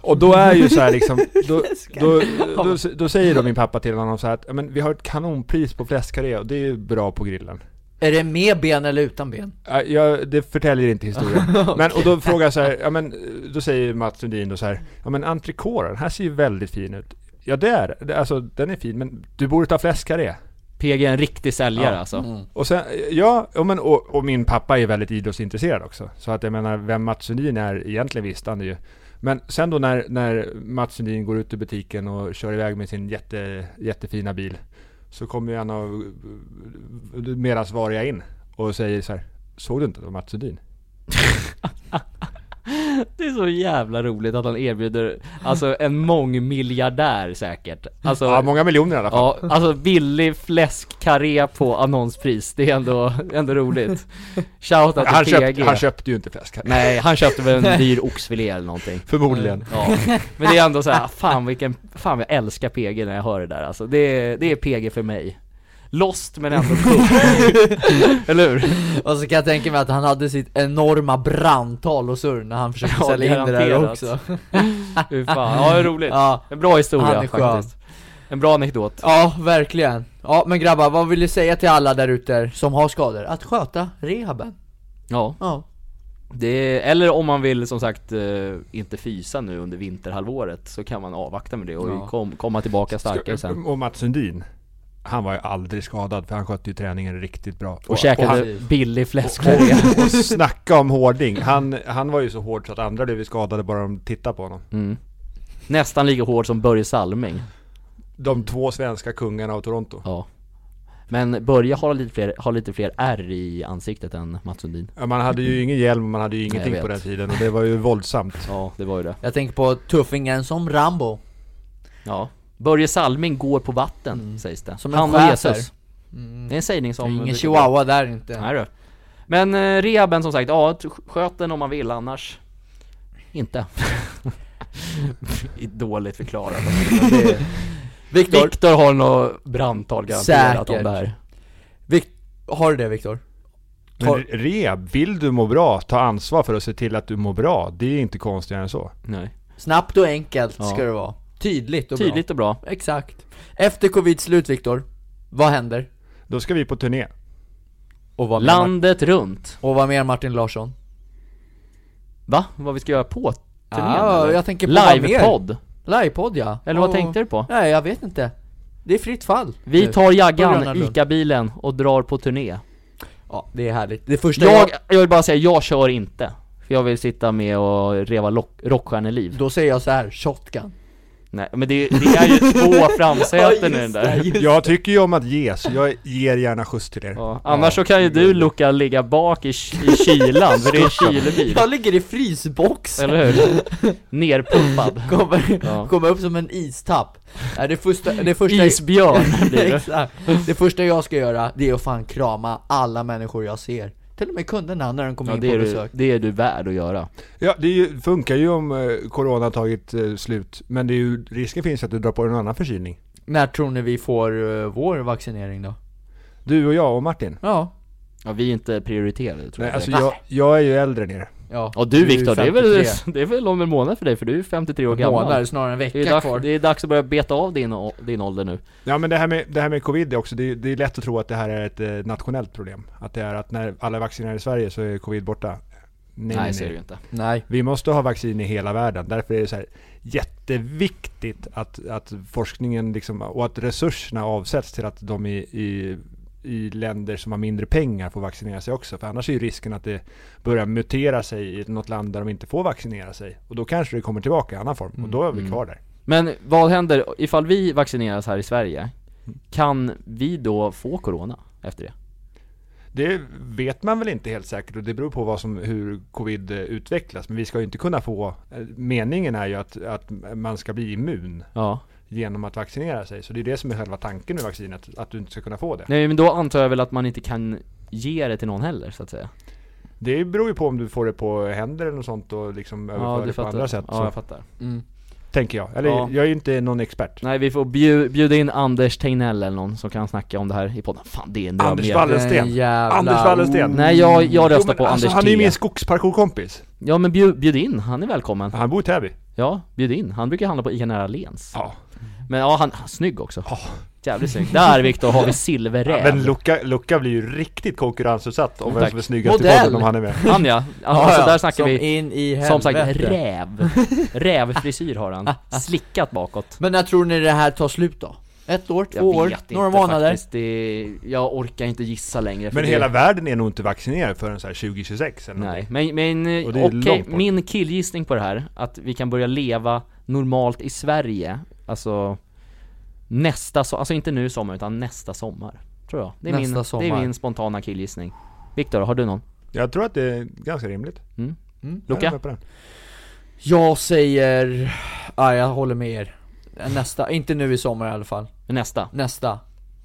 Och då är ju så här liksom, då, då, då, då, då säger då min pappa till honom så här att "Ja, men vi har ett kanonpris på fläskkarré och det är ju bra på grillen. Är det med ben eller utan ben? Ja, Jag, det förtäljer inte historien. men, och då frågar jag så här, ja men då säger Mats Sundin då så här, ja men entrecôte, den här ser ju väldigt fin ut. Ja det är det, alltså den är fin men du borde ta fläskkarré. PG är en riktig säljare Ja. alltså. Och sen, ja, ja, men, och, och min pappa är väldigt idrottsintresserad också. Så att jag menar, vem Mats Sundin är egentligen visste han ju. Men sen då när, när Mats Sundin går ut ur butiken och kör iväg med sin jätte, jättefina bil. Så kommer ju en av eh, medansvariga in och säger så här. Såg du inte att det var Mats Sundin? Det är så jävla roligt att han erbjuder, alltså en mångmiljardär säkert. Alltså, Ja, många miljoner i alla fall. Ja, alltså billig fläskkarré på annonspris, det är ändå, ändå roligt. Shoutout han, till köpt, PG. han köpte ju inte fläsk. Nej, han köpte väl en dyr oxfilé eller någonting. Förmodligen. Ja. Men det är ändå så här, fan vilken, fan jag älskar PG när jag hör det där alltså. Det är, det är PG för mig. Lost men ändå cool. eller hur? Och så kan jag tänka mig att han hade sitt enorma brandtal och surr när han försökte Ja, sälja in det där garanterat. också Fy fan, ja det är roligt. Ja, En bra Han historia är skön. faktiskt. En bra anekdot. ja verkligen Ja men grabbar, vad vill du säga till alla där ute som har skador? Att sköta rehaben Ja. Ja Det är, eller om man vill som sagt eh, inte fysa nu under vinterhalvåret så kan man avvakta med det och Ja. kom, komma tillbaka starkare sen. Och Mats Sundin. Han var ju aldrig skadad för han skötte ju träningen riktigt bra. Och käkade han- billig fläskkarré. Och, och snacka om hårding. Han, han var ju så hård så att andra blev ju skadade bara de tittade på honom. Mm. Nästan lika hård som Börje Salming. De två svenska kungarna av Toronto. Ja. Men Börje har lite fler, har lite fler ärr i ansiktet än Mats Sundin. Ja, man hade ju ingen hjälm, man hade ju ingenting vet. på den tiden och det var ju våldsamt. Ja, det var ju det. Jag tänker på tuffingen som Rambo Ja. Börje Salming går på vatten, sägs det. Som en Han och schäfer. Jesus. Det är en sägning som... Ingen brukar- chihuahua där inte Nej du. Men eh, rehaben som sagt, ja t- sköt den om man vill annars inte. Dåligt förklarat. Det är- Viktor, Viktor har något brandtal garanterat om Säkert. det här. Vikt- har du det Viktor? Men Tar- rehab, vill du må bra, ta ansvar för att se till att du mår bra. Det är inte konstigare än så. Nej. Snabbt och enkelt Ja. ska det vara Tydligt och Tydligt och bra. bra Exakt Efter covid slut Viktor, vad händer? Då ska vi på turné. Och vad, mer, Mar- Landet runt. och vad mer Martin Larsson? Va? Vad vi ska göra på turnén? Ja, eller? jag tänker på vad mer? Livepodd? Livepodd ja Eller vad Och- tänkte du på? Nej jag vet inte Det är fritt fall Vi nu. tar På Gröna Jaggan, Lund. ICA-bilen och drar på turné. Ja det är härligt, det första jag... Jag, jag vill bara säga, jag kör inte. För jag vill sitta med och reva lock- rockstjärneliv. Då säger jag så här, shotgun Nej men det, det är ju två framsäten i den där. Jag tycker ju om att ge, så jag ger gärna skjuts till er. Ja, annars så kan ju du Luca ligga bak i, k- i kylan, för det är en kylebil. Jag ligger i frysboxen Eller hur? Nerpumpad. Kommer, Ja. kommer upp som en istapp Nej det första, det första Isbjörn blir det. Exakt. Det första jag ska göra, det är att fan krama alla människor jag ser Till och med kunderna när de kommer Ja, in det, är på du, besök det är du värd att göra. Ja, det är ju, funkar ju om eh, corona har tagit eh, slut. Men det är ju, risken finns att du drar på dig en annan förkylning. När tror ni vi får eh, vår vaccinering då? Du och jag och Martin. Ja, Ja, vi är inte prioriterade tror Nej, jag. alltså jag, jag är ju äldre än er. ja Ja du är ju Viktor, det, är väl- 53. det är väl om en månad för dig för du är 53 år gammal. Månader, snarare en Det är, vecka dags, kvar det är dags att börja beta av din, å- din ålder nu. Ja men det här med, det här med covid är också, det, är- det är lätt att tro att det här är ett eh, nationellt problem. Att det är att när alla är vaccinerade i Sverige så är covid borta. Nej, Nej, nej, ser du ju nej. inte. Nej Vi måste ha vaccin i hela världen. Därför är det så här jätteviktigt att, att forskningen liksom, och att resurserna avsätts till att de i, i, i länder som har mindre pengar får vaccinera sig också. För annars är ju risken att det börjar mutera sig i något land där de inte får vaccinera sig. Och då kanske det kommer tillbaka i annan form. Och då är Mm. vi kvar där. Men vad händer ifall vi vaccineras här i Sverige? Kan vi då få corona efter det? Det vet man väl inte helt säkert och det beror på vad som, hur covid eh, utvecklas. Men vi ska ju inte kunna få, eh, meningen är ju att, att man ska bli immun Ja. genom att vaccinera sig. Så det är det som är själva tanken med vaccinet, att du inte ska kunna få det. Nej men då antar jag väl att man inte kan ge det till någon heller så att säga. Det beror ju på om du får det på händer eller något sånt och liksom överför det på andra sätt. Ja, jag så fattar. tänker jag. Eller Ja. jag är ju inte någon expert. Nej vi får bju- bjuda in Anders Tegnell eller någon som kan snacka om det här i podden. Fan det är en dröm Anders igen. Wallensten. Den jävla- Anders Wallensten. Nej jag, jag Jo, röstar men på alltså, Anders han är T. ju min skogsparkourkompis. Ja men bjud, bjud in, han är välkommen. Han bor i Täby. Ja, bjud in. Han brukar handla på ICA nära Lens. Ja. Men ja, han, han snygg också. Jävligt snygg. Där Viktor har vi Ja, men silverräv. Luca, Luca blir ju riktigt konkurrensutsatt om vem alltså. Tack. som är snyggast i Modell. podden om han är med. Han ja. Alltså, där snackar som vi in i helvete. Som sagt, räv. Rävfrisyr har han. Slickat bakåt. Men när tror ni det här tar slut då? Ett år, två år, några månader? faktiskt. Det, jag orkar inte gissa längre. för Men det- hela världen är nog inte vaccinerad förrän så här 2026 eller Nej, någonting. men, men eh, Och det är okej, långt bort. min killgissning på det här, att vi kan börja leva normalt i Sverige, alltså nästa sommar, alltså inte nu i sommar utan nästa sommar. Tror jag. Det är, Nästa min, det sommar. är min spontana killgissning. Viktor, har du någon? Jag tror att det är ganska rimligt. Mm. Mm. Jag är Luca? med på den. Jag säger... Ja, jag håller med er. Nästa, inte nu i sommar i alla fall. Nästa? Nästa.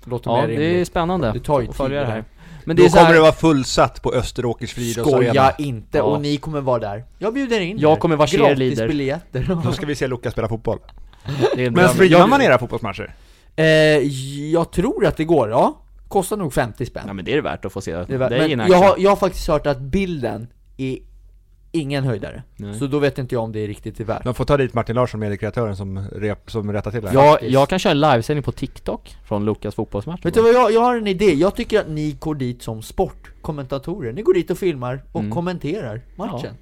Låter Ja, mer det är rimligt. spännande. Det tar ju att följa tid, det det här. här. Men det Då är så kommer här, det vara fullsatt på Österåkers Skoja friidrottsarena. inte, Ja. och ni kommer vara där. Jag bjuder in Jag er. kommer vara cheerleader. Gratisbiljetter. Då ska vi se Luca spela fotboll. det är en Men bra- streamar man era fotbollsmatcher? eh, jag tror att det går, ja. Kostar nog 50 spänn. Ja men det är det värt att få se Det är väl- dig i en men action. jag har, jag har faktiskt hört att bilden är ingen höjdare. Nej. Så då vet inte jag om det är riktigt det är värt. De får ta dit Martin Larsson, mediekreatören som, rep, som rättar till det här. jag, faktiskt. jag kan köra en livesändning på TikTok från Lukas fotbollsmatch Vet du vad, jag, jag har en idé. Jag tycker att ni går dit som sportkommentatorer. Ni går dit och filmar och Mm. kommenterar matchen.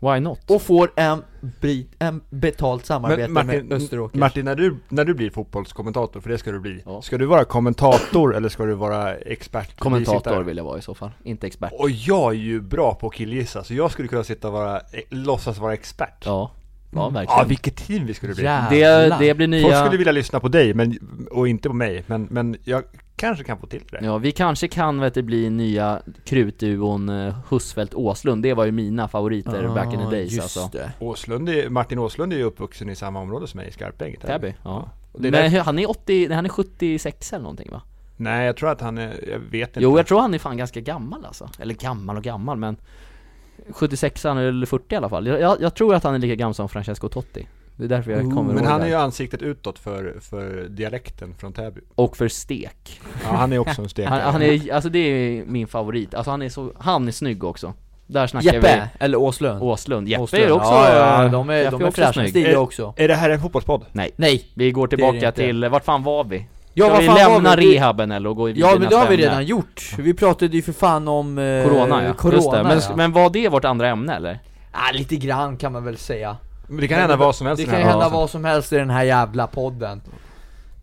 Why not? Och får en, bri, en betalt samarbete Men Martin, med Österåker. Martin när, du, när du blir fotbollskommentator, för det ska du bli, Ja. ska du vara kommentator eller ska du vara expert? Kommentator Bisittare? vill jag vara i så fall, inte expert Och jag är ju bra på att killgissa, så jag skulle kunna sitta och vara, eh, låtsas vara expert. Ja, Ja, Mm. ja verkligen ah, vilket team vi skulle bli. Jävlar. det, det blir Folk nya, skulle vilja lyssna på dig, men, och inte på mig, men, men jag kanske kan få till det. ja vi kanske kan vet du, bli nya krutduon eh, Husfeldt Åslund, det var ju mina favoriter back in the days just alltså det. Åslund är, Martin Åslund är ju uppvuxen i samma område som mig, i Skarpänget. eller? Täby, ja Och det är Men därför- hur- han är 80, nej, han är 76 eller någonting va? Nej, jag tror att han är, jag vet inte. Jo jag tror han är fan ganska gammal alltså, eller gammal och gammal men 76 han är väl 40 i alla fall, jag, jag, jag tror att han är lika gammal som Francesco Totti Det Oh, är därför jag Ooh, kommer men ihåg han det är här. ju ansiktet utåt för, för dialekten från Täby. Och för stek Ja, han är också en stekare. han, han är, alltså det är min favorit, alltså han är så, han är snygg också Där snackar Jeppe, eller Åslund. vi Åslund, Jeppe Åslund. är också, ja, ja, de är, Jeppe de är också fräscha, snygg. stiliga också. Är det här en fotbollspodd? nej Nej! Vi går Det är det tillbaka inte. till, vart fan var vi? Ja, Ska vad vi fan var lämna vi? rehaben eller och gå vidare Ja till men det har nästa vi ämne? redan gjort. Vi pratade ju för fan om... Eh, Corona ja, corona just det. Men, ja. men var det vårt andra ämne eller? Ah, lite grann kan man väl säga. Men det kan hända vad som helst Det i kan den ju här hända podden. vad som helst i den här jävla podden.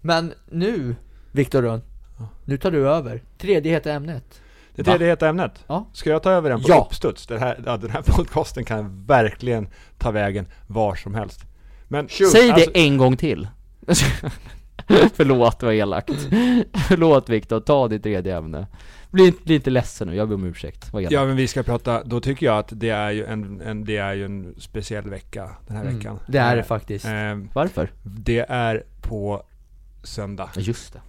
Men nu, Viktor Rönn. Nu tar du över. Tredje heta ämnet. Det är det heta ämnet. Ja. Ska jag ta över den på Ja. uppstuds? Den här, ja, den här podcasten kan verkligen ta vägen var som helst. Men, Säg alltså, det en gång till! Förlåt, det var elakt. Förlåt Viktor, ta ditt tredje ämne. Bli, inte- bli inte ledsen nu, jag ber om ursäkt. Vad elakt. Ja men vi ska prata, då tycker jag att det är ju en, en, det är ju en speciell vecka den här veckan. Mm. Det är det Eh, faktiskt. ehm, Varför? det är på söndag, Ja, Just det.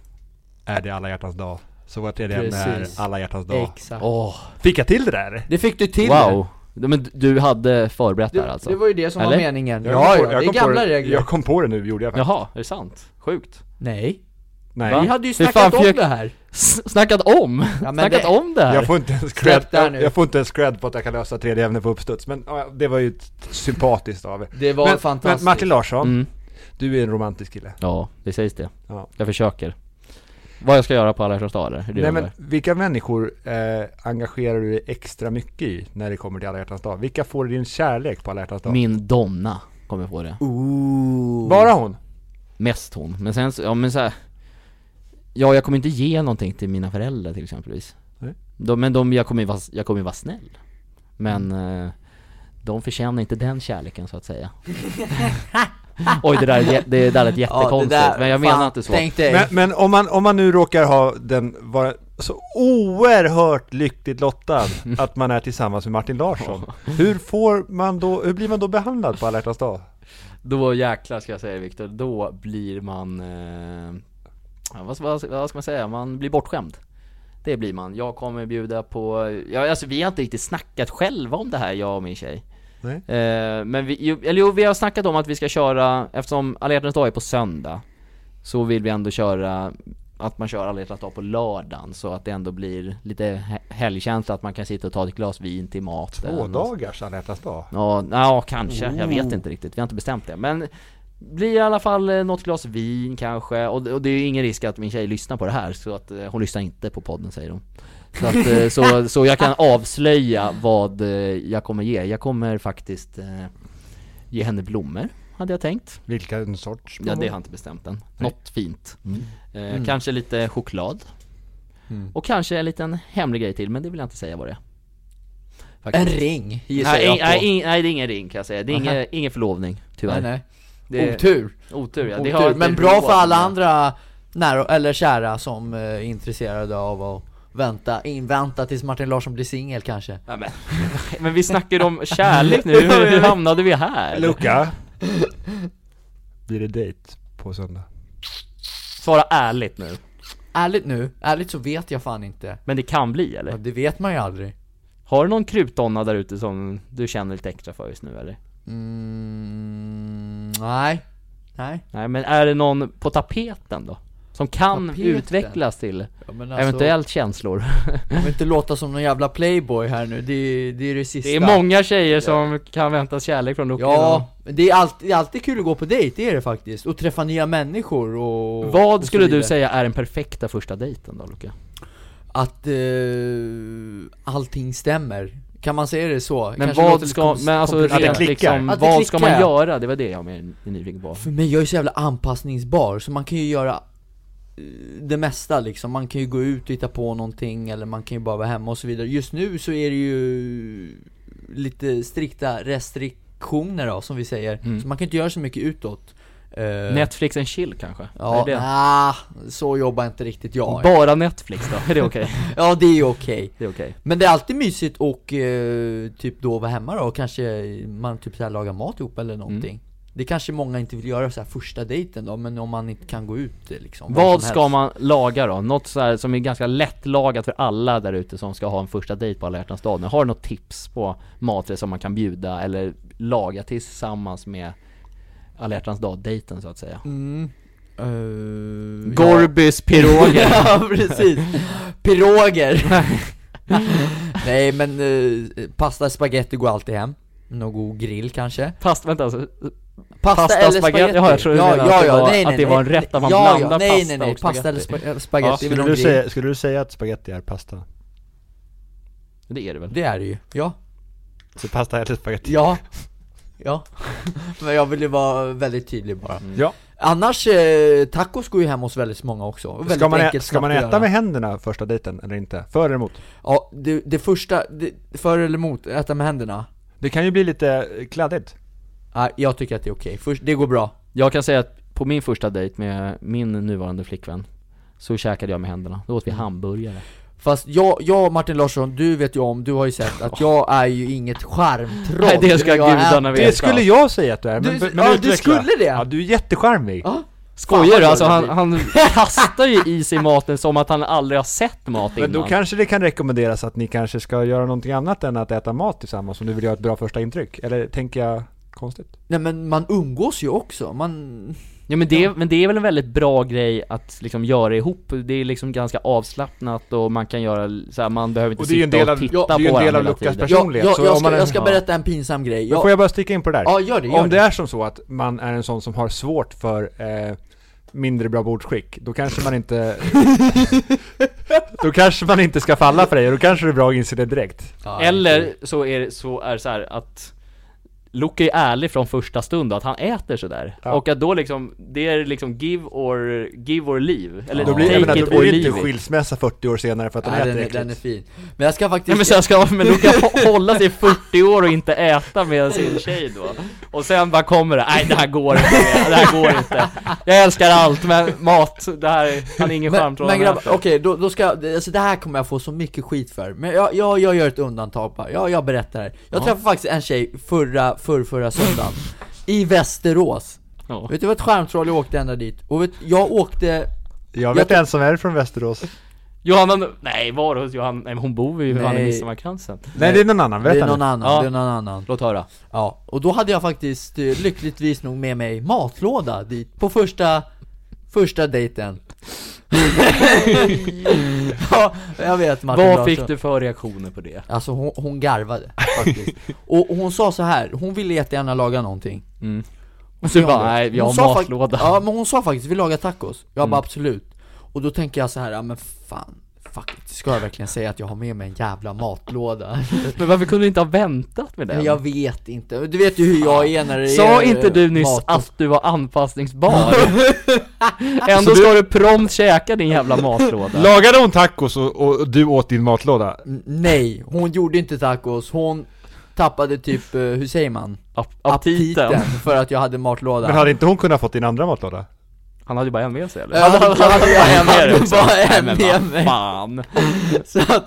är det alla hjärtans dag. Så vårt tredje ämne är Precis. alla hjärtans dag. Exakt. Åh, Fick jag till det där? Det fick du till wow. Ja, Men du hade förberett det Det, här alltså? det var ju det som var Eller? meningen. Jag Ja, kom ja, på- jag det är kom på gamla det, regler. Jag kom på det nu, gjorde jag faktiskt. Jaha, är det sant? Sjukt. Nej. Nej. Va? Vi hade ju Hur fan snackat om fick- det här. S- snackat om! Ja, men snackat det- om det här! Jag får inte ens cred, Släpp där nu. jag, jag får inte ens cred på att jag kan lösa tredje ämnet på uppstuds, men ja, det var ju ett sympatiskt av er. Det var men, fantastiskt. Men Martin Larsson, Mm. du är en romantisk kille. Ja, det sägs det. Ja. Jag försöker. Vad jag ska göra på alla hjärtans dag eller? Är det Nej det men där? vilka människor eh, engagerar du dig extra mycket i när det kommer till alla hjärtans dag? Vilka får din kärlek på alla hjärtans dag? Min donna kommer få det. Ooh. Bara hon? Mest hon. Men sen så, ja men så här. Ja, jag kommer inte ge någonting till mina föräldrar till exempelvis. Nej. De, men de, jag kommer ju vara, jag kommer ju vara snäll. Men eh, de förtjänar inte den kärleken så att säga. Oj det där, är jä- det där lät jättekonstigt, men jag menar inte så. Tänk dig. Men, men om, man, om man nu råkar ha den, vara så oerhört lyckligt lottad att man är tillsammans med Martin Larsson. Hur får man då, hur blir man då behandlad på alla hjärtans dag? Då jäklar ska jag säga Viktor, då blir man, eh, ja, vad, vad, vad ska man säga, man blir bortskämd Det blir man, jag kommer bjuda på, ja, alltså vi har inte riktigt snackat själva om det här jag och min tjej Nej. eh, Men vi, jo, eller jo, vi har snackat om att vi ska köra, eftersom alla hjärtans dag är på söndag Så vill vi ändå köra att man kör alla hjärtans dag på lördagen så att det ändå blir lite he- helgkänsla att man kan sitta och ta ett glas vin till maten Två och- dagars alla hjärtans dag. Ja, ja kanske, jag vet inte riktigt, vi har inte bestämt det men blir i alla fall eh, något glas vin kanske och, och det är ju ingen risk att min tjej lyssnar på det här så att eh, hon lyssnar inte på podden säger hon så, att, eh, så, så jag kan avslöja vad eh, jag kommer ge, jag kommer faktiskt eh, ge henne blommor hade jag tänkt Vilken sorts Ja det har jag inte bestämt än. Något fint. Eh, Mm. Kanske lite choklad. Mm. Och kanske en liten hemlig grej till, men det vill jag inte säga vad det är. En Faktiskt. ring gissar Nej, jag ing- på. nej, ing- nej det är ingen ring kan jag säga, det är Aha. ingen, ingen förlovning tyvärr nej, nej. Det är- Otur. Otur ja, det har Otur. inte Men bra råd för alla med. andra nära, eller kära som eh, är intresserade av att vänta, invänta tills Martin Larsson blir singel kanske. ja, men. men vi snackar om kärlek nu, hur hur hamnade vi här? Luca! Blir det dejt på söndag? Svara ärligt nu, Ärligt nu, ärligt så vet jag fan inte. men det kan bli Ja, eller? det vet man ju aldrig. Mm, Har du någon krutdonna där ute som du känner lite extra för just nu eller? Mm, nej. Nej. Nej men är det någon på tapeten då? Som kan Tapeten? utvecklas till Ja, men alltså, eventuellt känslor? Jag vill inte låta som någon jävla playboy här nu, det är, det är det sista. Det är många tjejer som kan väntas kärlek från Luca Ja, men det är, alltid, det är alltid kul att gå på dejt, det är det faktiskt. Och träffa nya människor och... och Vad så skulle du vidare. säga är den perfekta första dejten då Luca? Att eh, allting stämmer. Kan man säga det så? Men Kanske låter vad lite ska, kom- men alltså komplicerat. det rent klickar. liksom, Att det vad ska man klickar. göra? Det var det jag mer är nyfiken på För mig, jag är så jävla anpassningsbar, så man kan ju göra eh, det mesta liksom. Man kan ju gå ut och hitta på någonting, eller man kan ju bara vara hemma och så vidare. Just nu så är det ju lite strikta restriktioner då, som vi säger. Mm. Så man kan inte göra så mycket utåt. Eh, Netflix and chill kanske? Ja, är det? nah, så jobbar inte riktigt jag. Bara Netflix då? Är det okej? Ja det är ju okej Det är okej Men det är alltid mysigt och eh, typ då vara hemma då och kanske man typ så här lagar mat ihop eller Mm. någonting Det kanske många inte vill göra så här första dejten då, men om man inte kan gå ut eh, liksom var Vad som ska helst. man laga då? Något så här som är ganska lättlagat för alla där ute som ska ha en första dejt på alla hjärtans dag nu. Har du något tips på maträtt som man kan bjuda eller laga tillsammans med alla hjärtans dag-dejten så att säga? Mm. Eh, Gorbys piroger! ja precis, piroger Nej men eh, pasta, spaghetti går alltid hem Någon god grill kanske Fast vänta alltså, Pasta, Pasta, eller spagetti? spagetti? Ja, jag tror du ja, menar ja, att det ja, var- nej, att nej, det var en nej, rätt att man ja, ja, blandar nej, pasta nej, nej, och pasta eller spa- spagetti. spagetti är väl Skulle någon du, grill säga, skulle du säga att spaghetti är pasta? det är det väl? Det är det ju, ja Så pasta eller spaghetti? Ja Ja, men jag ville vara väldigt tydlig bara Mm. Ja. Annars, eh, tacos går ju hem hos väldigt många också Och väldigt Ska man, ä- enkelt, ska man snabbt att äta göra. med händerna första dejten eller inte? För eller emot? Ja, det, det första, det, för eller emot, äta med händerna? Det kan ju bli lite eh, kladdigt. Nej, jag tycker att det är okej, Först, det går bra Jag kan säga att på min första dejt med min nuvarande flickvän Så käkade jag med händerna, då Mm. åt vi hamburgare Fast jag, jag och Martin Larsson, du vet ju om, du har ju sett att jag är ju inget charmtroll Nej, det ska Jag är- gudarna veta. Det skulle jag säga att du är, men, Du- men ja, du utveckla. skulle det. Ja, du är jättecharmig! Ja. Skojar Fan, du? vad Alltså han, dåligt. han kastar ju i sig maten som att han aldrig har sett mat innan Men då kanske det kan rekommenderas att ni kanske ska göra någonting annat än att äta mat tillsammans om du vill göra ett bra första intryck, eller tänker jag konstigt? Nej men man umgås ju också, man... Ja men det, men det är väl en väldigt bra grej att liksom göra ihop, det är liksom ganska avslappnat och man kan göra så här, man behöver inte Och det är ju en sitta del och av- titta ja, det är på ju en del varandra hela av Lukas tiden person. Jag, jag, Personlighet, jag, så om man ska, är- jag ska ja. berätta en pinsam grej, Men jag, får jag bara sticka in på det där? ja gör det, gör om det det är som så att man är en sån som har svårt för eh, mindre bra bordsskick, då kanske man inte... då kanske man inte ska falla för dig, och då kanske det är bra att inse det direkt. Ja, Eller så är det så, är det så här att Luke är ärlig från första stund då, att han äter sådär. Ja. Och att då liksom, det är liksom give or, give or leave. Eller Ja. Då take blir, jag menar, it då blir or det inte leave it. skilsmässa 40 år senare för att de Nej, äter den, är, äckligt. den är fin. Men jag ska faktiskt... Nej men sen ska, men Luca hå- hålla sig i 40 år och inte äta med sin tjej då. Och sen bara kommer det, nej det här går inte, mer, det här går inte. Jag älskar allt men mat, det här, han är ingen men, charmtroll. men han grabbar, äter. okej, då, då ska jag, alltså det här kommer jag få så mycket skit för, men jag, jag, jag gör ett undantag bara, jag, jag berättar här. Jag träffade faktiskt en tjej förra, förr, förra söndagen, i Västerås Ja. Vet du vad ett skärmtroll jag åkte ända dit? Och vet, jag åkte, Jag vet en som är från Västerås. Johanna, nej var det hos Johanna, nej men hon bor ju för fan i Nej. Midsommarkransen. Nej, det är någon annan, det är berätta någon nu. annan, Ja. det är någon annan Låt höra. Ja, och då hade jag faktiskt eh, lyckligtvis nog med mig matlåda dit, på första, första dejten ja, jag vet Martin Vad Larsson. fick du för reaktioner på det? Alltså hon, hon garvade faktiskt. Och hon sa så här, hon ville jättegärna laga någonting Och så Ja, bara, men- nej vi har hon sa fak- matlåda Mm. Ja men hon sa faktiskt, vi lagar tacos Jag bara absolut Och då tänker jag så här, ja men fan Fuck it, ska jag verkligen säga att jag har med mig en jävla matlåda? Men varför kunde du inte ha väntat med Men den? jag vet inte, du vet ju hur jag är när det Sa är inte du nyss mat och- att du var anpassningsbar? Ändå ska du prompt käka din jävla matlåda Lagade hon tacos och, och du åt din matlåda? N- Nej, hon gjorde inte tacos, hon tappade typ, eh, hur säger man? Ap- Aptiten För att jag hade matlåda Men hade inte hon kunnat fått din andra matlåda? Han hade ju bara en med sig eller? Ja, han hade- han hade bara en med dig dig också. bara en Nej, men med vad mig. Fan! så, att,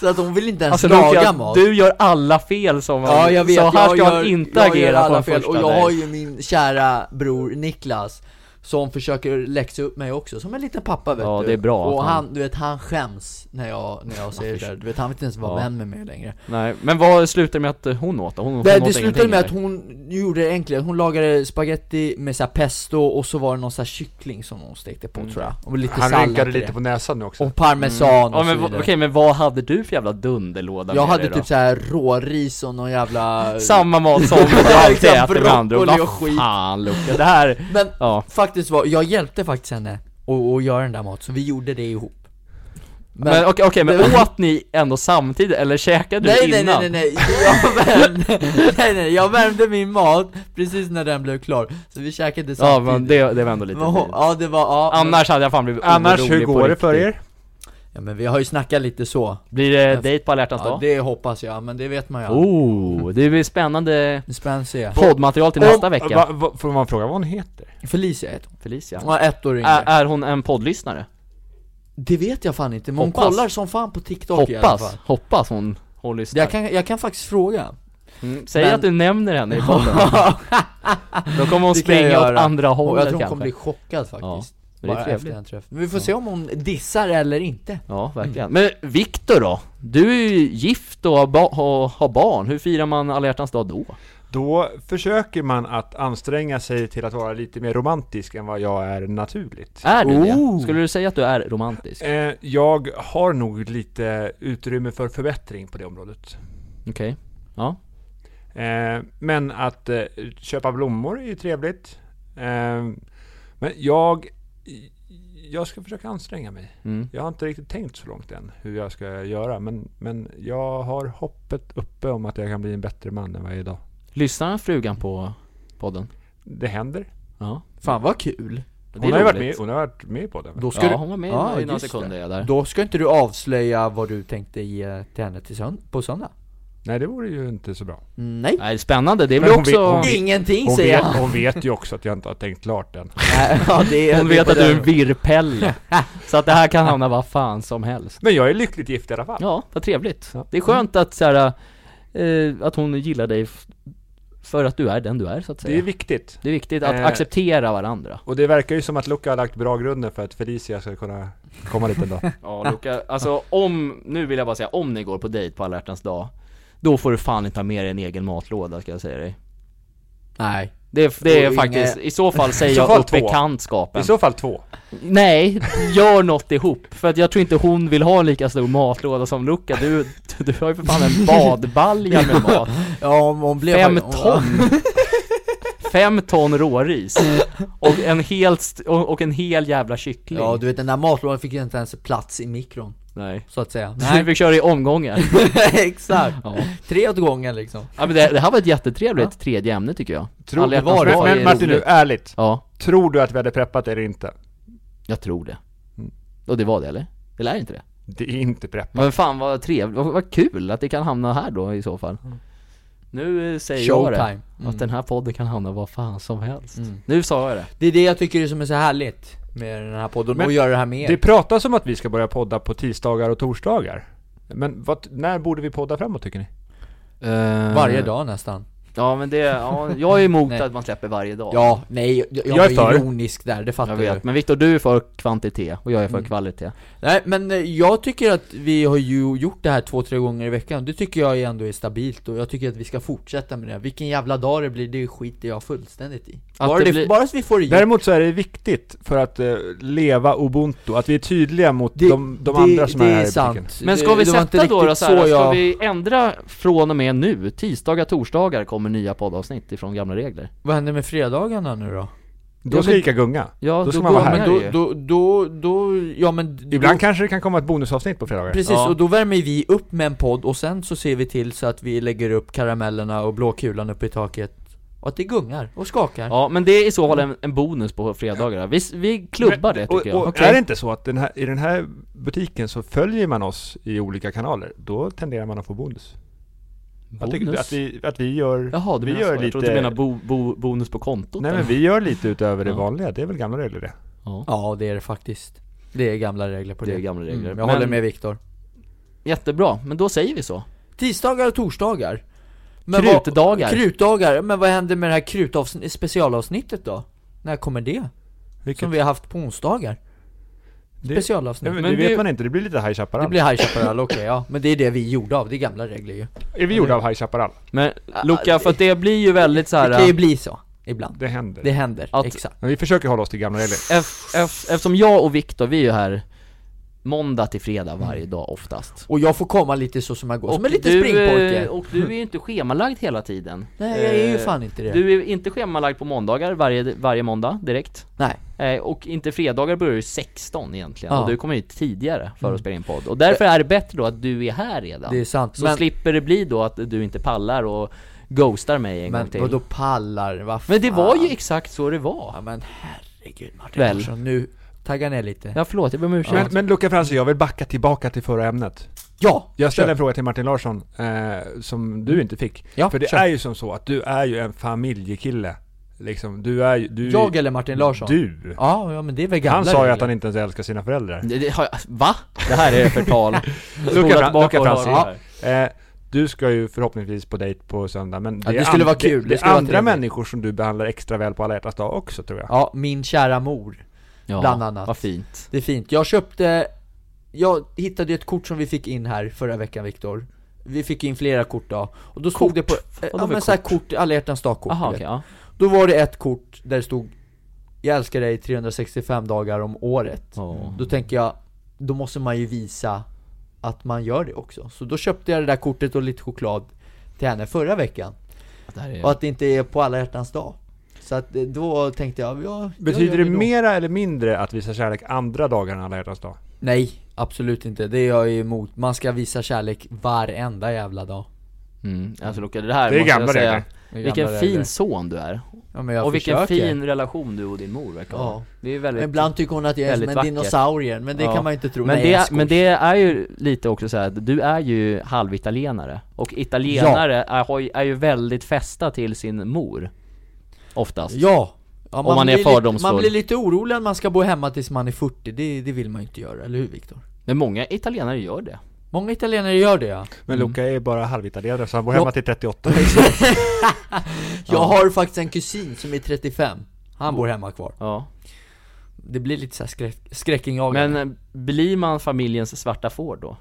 så att hon vill inte ens Alltså laga Luka, mat du gör alla fel som man, Ja jag vet, så här jag ska gör, han inte jag agera gör på alla en fel första och jag har dejt. ju min kära bror Niklas Som försöker läxa upp mig också, som en liten pappa vet Ja, du det är bra Och att han- han, du vet han skäms när jag, när jag säger det där. Du vet han vill inte ens vara Ja. vän med mig längre Nej, men vad slutade med att hon åt då? Hon, hon Det, åt det slutade ingenting, med att eller? hon gjorde det enklare, hon lagade spaghetti med så här pesto och så var det någon så här kyckling som hon stekte på Mm. tror jag Och lite Han sallad rynkade till lite det. på näsan nu också. Och parmesan Mm. Ja och så men va- vidare okej, men vad hade du för jävla dunderlåda Jag med hade dig då? typ så här råris och någon jävla Samma mat som du Ja, alltid exakt, äter med andra ord. broccoli och Vad skit. fan Luka, det här, Men ja faktiskt var, jag hjälpte faktiskt henne att, att göra den där maten, så vi gjorde det ihop Men, okej, okej, men åt ni ändå samtidigt, eller käkade du nej, nej innan? nej nej nej, jag värmde, nej nej, jag värmde min mat precis när den blev klar, så vi käkade Ja samtidigt men det, det var ändå lite Men hon- tidigt. Ja det var, ja men- Annars hade jag fan blivit Annars, orolig hur på går det riktigt. för er? Ja men vi har ju snackat lite så Blir det dejt på alla hjärtans ja, dag? Det hoppas jag, men det vet man ju aldrig. Oh, det blir spännande Det spännande att se poddmaterial till nästa vecka Va, va, får man fråga vad hon heter? Felicia heter hon, Felicia hon var ett år yngre är, är hon en poddlyssnare? Det vet jag fan inte, men hon Hoppas. kollar som fan på TikTok i alla Hoppas, fall hoppas hon, hon lyssnar jag kan, jag kan faktiskt fråga mm, Säg men- att du nämner henne i podden Det Då kommer hon kan jag springa åt göra. andra Och hållet jag tror hon kanske kommer bli chockad faktiskt men det är Bara trevligt. Mm. efter en träff. Men vi får se om hon dissar eller inte Mm. Ja, verkligen. Men Viktor då? Du är ju gift och har, ba- har, har barn, hur firar man alla hjärtans dag då? Då försöker man att anstränga sig till att vara lite mer romantisk än vad jag är naturligt. Är du Oh. det? Skulle du säga att du är romantisk? Eh, Jag har nog lite utrymme för förbättring på det området. Okej, ja Eh, Men att eh, köpa blommor är ju trevligt. Eh, Men jag, jag ska försöka anstränga mig. mm. Jag har inte riktigt tänkt så långt än hur jag ska göra. Men, men jag har hoppet uppe om att jag kan bli en bättre man än vad jag är idag. Lyssnar frugan på podden? Det händer. Ja Fan vad kul! Det Hon är har, ju varit med, roligt. hon har varit med på det. Då ska Ja, du... hon var med Ja, i några just det. sekunder ja, där Då ska inte du avslöja vad du tänkte ge till henne till sönd- på söndag? Nej, det vore ju inte så bra. Nej! Nej, spännande, det blir Men hon också... vet- Hon hon vet, Ingenting Hon säger vet, jag! hon vet ju också att jag inte har tänkt klart än. Nej, ja, det är- det är på att du är en den. virrpelle Så att det här kan hamna vad fan som helst Men jag är lyckligt gift i alla fall. Ja, vad trevligt Ja. Det är skönt att så här, eh, att hon gillar dig f- för att du är den du är så att säga Det är viktigt. Det är viktigt att Eh. acceptera varandra Och det verkar ju som att Luca har lagt bra grunden för att Felicia ska kunna komma dit en dag. Ja Luca, alltså om, nu vill jag bara säga om ni går på dejt på alla hjärtans dag Då får du fan inte ha med dig en egen matlåda ska jag säga dig Nej, Det är, det är Och faktiskt, inga- i så fall säger I så jag fall upp två. bekantskapen I så fall två. Nej, gör något ihop. För att jag tror inte hon vill ha en lika stor matlåda som Luca. Du, du har ju för fan en badbalja med mat. ja om hon blev Fem om- ton! Fem ton råris. Och en hel, st- och och en hel jävla kyckling. Ja du vet den där matlådan fick ju inte ens plats i mikron, Nej. så att säga Nej. Vi fick köra i omgångar. exakt! Ja. Tre åt gången liksom ja men det, det här var ett jättetrevligt tredje ämne tycker jag. Tror Alla du hjärtans var dag det? är Men Martin nu, roligt. ärligt. Ja, Tror du att vi hade preppat eller inte? jag tror det. Mm. Och det var det eller? Eller är det inte det? Det är inte preppat. Men fan vad trevligt, vad, vad kul att det kan hamna här då i så fall Mm. Nu eh, säger jag Showtime. Mm. det, att den här podden kan hamna var fan som helst Mm. Nu sa jag det Det är det jag tycker är som är så härligt med den här podden, Men och göra det här med Det er pratas om att vi ska börja podda på tisdagar och torsdagar. Men vad, när borde vi podda framåt tycker ni? Eh, Varje dag nästan Ja men det, ja, jag är emot Nej. att man släpper varje dag Ja, nej, jag, jag, Jag var är för. ironisk där, det fattar Jag du vet, men Viktor du är för kvantitet och jag är för Mm. kvalitet Nej, men eh, jag tycker att vi har ju gjort det här två, tre gånger i veckan Det tycker jag ändå är stabilt och jag tycker att vi ska fortsätta med det Vilken jävla dag det blir, det skiter jag fullständigt i Att Bara, det det blir- bara så vi får igen Däremot så är det viktigt för att eh, leva ubuntu, att vi är tydliga mot det, de, de det- andra som det är här i butiken. sant Men ska Det- vi det var inte sätta då, då riktigt så här, så ska jag- vi ändra från och med nu? Tisdagar, torsdagar kommer nya poddavsnitt ifrån gamla regler Vad händer med fredagarna nu då? Då ska men- Ica gunga. Ja, Då ska man vara går- här. Men då, då, då, då, ja men Ibland då, kanske det kan komma ett bonusavsnitt på fredagar. Precis, Ja. och då värmer vi upp med en podd och sen så ser vi till så att vi lägger upp karamellerna och blåkulan uppe i taket Och att det gungar och skakar Ja, men det är i så fall en, en bonus på fredagar vi, vi klubbar det tycker och, jag Och Okej. Är det inte så att den här, i den här butiken så följer man oss i olika kanaler, då tenderar man att få bonus. Att, det, att, vi, att vi gör, Jaha, du vi menar gör så. Jag trodde du menade bo, bo, bonus på kontot Nej eller? men vi gör lite utöver det Ja. vanliga, det är väl gamla regler det. ja, Ja, det är det faktiskt Det är gamla regler på det, Det är gamla regler. mm, Jag Men- håller med Viktor Jättebra, men då säger vi så Tisdagar och torsdagar men vad- Krutdagar Krutdagar, men vad händer med det här krutavsnitt, specialavsnittet då? När kommer det? Vilket, Som vi har haft på onsdagar? det, Specialavsnitt Nej, men Men det vet det- man inte, det blir lite High Chaparral. Det blir High Chaparral, okej ja Men det är det vi gjorde av, det är gamla regler ju Är vi gjorda av High Chaparral? Men Luca, för att det blir ju väldigt så Det kan ju här. bli så, ibland Det händer. Det händer, Att- exakt Men vi försöker hålla oss till gamla regler. eff- eff- Eftersom jag och Viktor, vi är ju här måndag till fredag varje dag oftast Och jag får komma lite så som jag går, som en liten du, springpojke eh, Och du är ju inte schemalagd hela tiden Nej jag är ju Eh, fan inte det Du är inte schemalagd på måndagar varje, varje måndag direkt Nej, Eh, Och inte fredagar börjar ju 16 egentligen Ja. Mm. Eh. och du kommer hit tidigare för att spela in podd Och därför är det bättre då att du är här redan det är sant Så slipper det bli då att du inte pallar och ghostar mig en Men gång till vadå pallar? Vad Men det var fan? ju exakt så det var Ja men herregud Martin Väl. Larsson, nu taggar ner lite Ja förlåt, jag ber om ursäkt Men, men Luca Fransson, jag vill backa tillbaka till förra ämnet. Ja! Jag ställer Kör. Mm. en fråga till Martin Larsson, eh, som du inte fick. Ja, För det kör. är ju som så att du är ju en familjekille. Liksom, du är ju... Du, Jag eller Martin Larsson? Du! Ja, ja men det Mm. är väl gamla Han sa ju regler. att han inte ens älskar sina föräldrar. Det, det har jag, va? Det här är förtal. Spola Luca Fra- tillbaka Luca och Franzén. höra. Eh, du ska ju förhoppningsvis på dejt på söndag, men Ja, är det skulle an- vara kul, det Det, det skulle är vara andra trevligt. människor som du behandlar extra väl på alla hjärtans dag också, tror jag. Ja, min kära mor. Ja, Bland annat. Vad fint. Det är fint. Jag köpte, jag hittade ju ett kort som vi fick in här förra veckan Viktor. Vi fick in flera kort då, och då stod det på, eh, Vadå ja för men såhär kort, alla hjärtans dag-kort Aha, du vet. okej, ja. Då var det ett kort där det stod Jag älskar dig 365 dagar om året Ja. Då tänker jag, då måste man ju visa att man gör det också Så då köpte jag det där kortet och lite choklad till henne förra veckan Det här är, Och att det inte är på alla hjärtans dag Så att eh, då tänkte jag, ja jag Betyder gör det då. mera eller mindre att visa kärlek andra dagar än alla hjärtans dag? Nej, absolut inte, det är jag ju emot Man ska visa kärlek varenda jävla dag mm, alltså Luca, det här Det är måste jag gamla säga. regler. Det är Vilken gamla fin regler. son du är. ja, men jag och vilken försöker. fin relation du och din mor verkar ha. Ja. Det är väldigt... Men Ibland tycker hon att jag är som Väldigt en vacker. dinosaurie, men det Ja. kan man ju inte tro men, Nej, det, jag är- men skojar. det är ju lite också så här att du är ju halvitalienare. Och italienare är, har ju- är ju väldigt fästa till sin mor. Oftast. Ja! ja man är blir lite, fördomsfull. man blir lite orolig när man ska bo hemma tills man är 40, det, det vill man ju inte göra, eller hur Viktor? Men många italienare gör det. Många italienare gör det ja. Men Luca är bara halvitalienare, så han bor Mm. Ja. hemma till 38. Jag har faktiskt en kusin som är 35, han bor hemma kvar Ja. Det blir lite såhär skräck, skräckinjagande Men eh, blir man familjens svarta får då?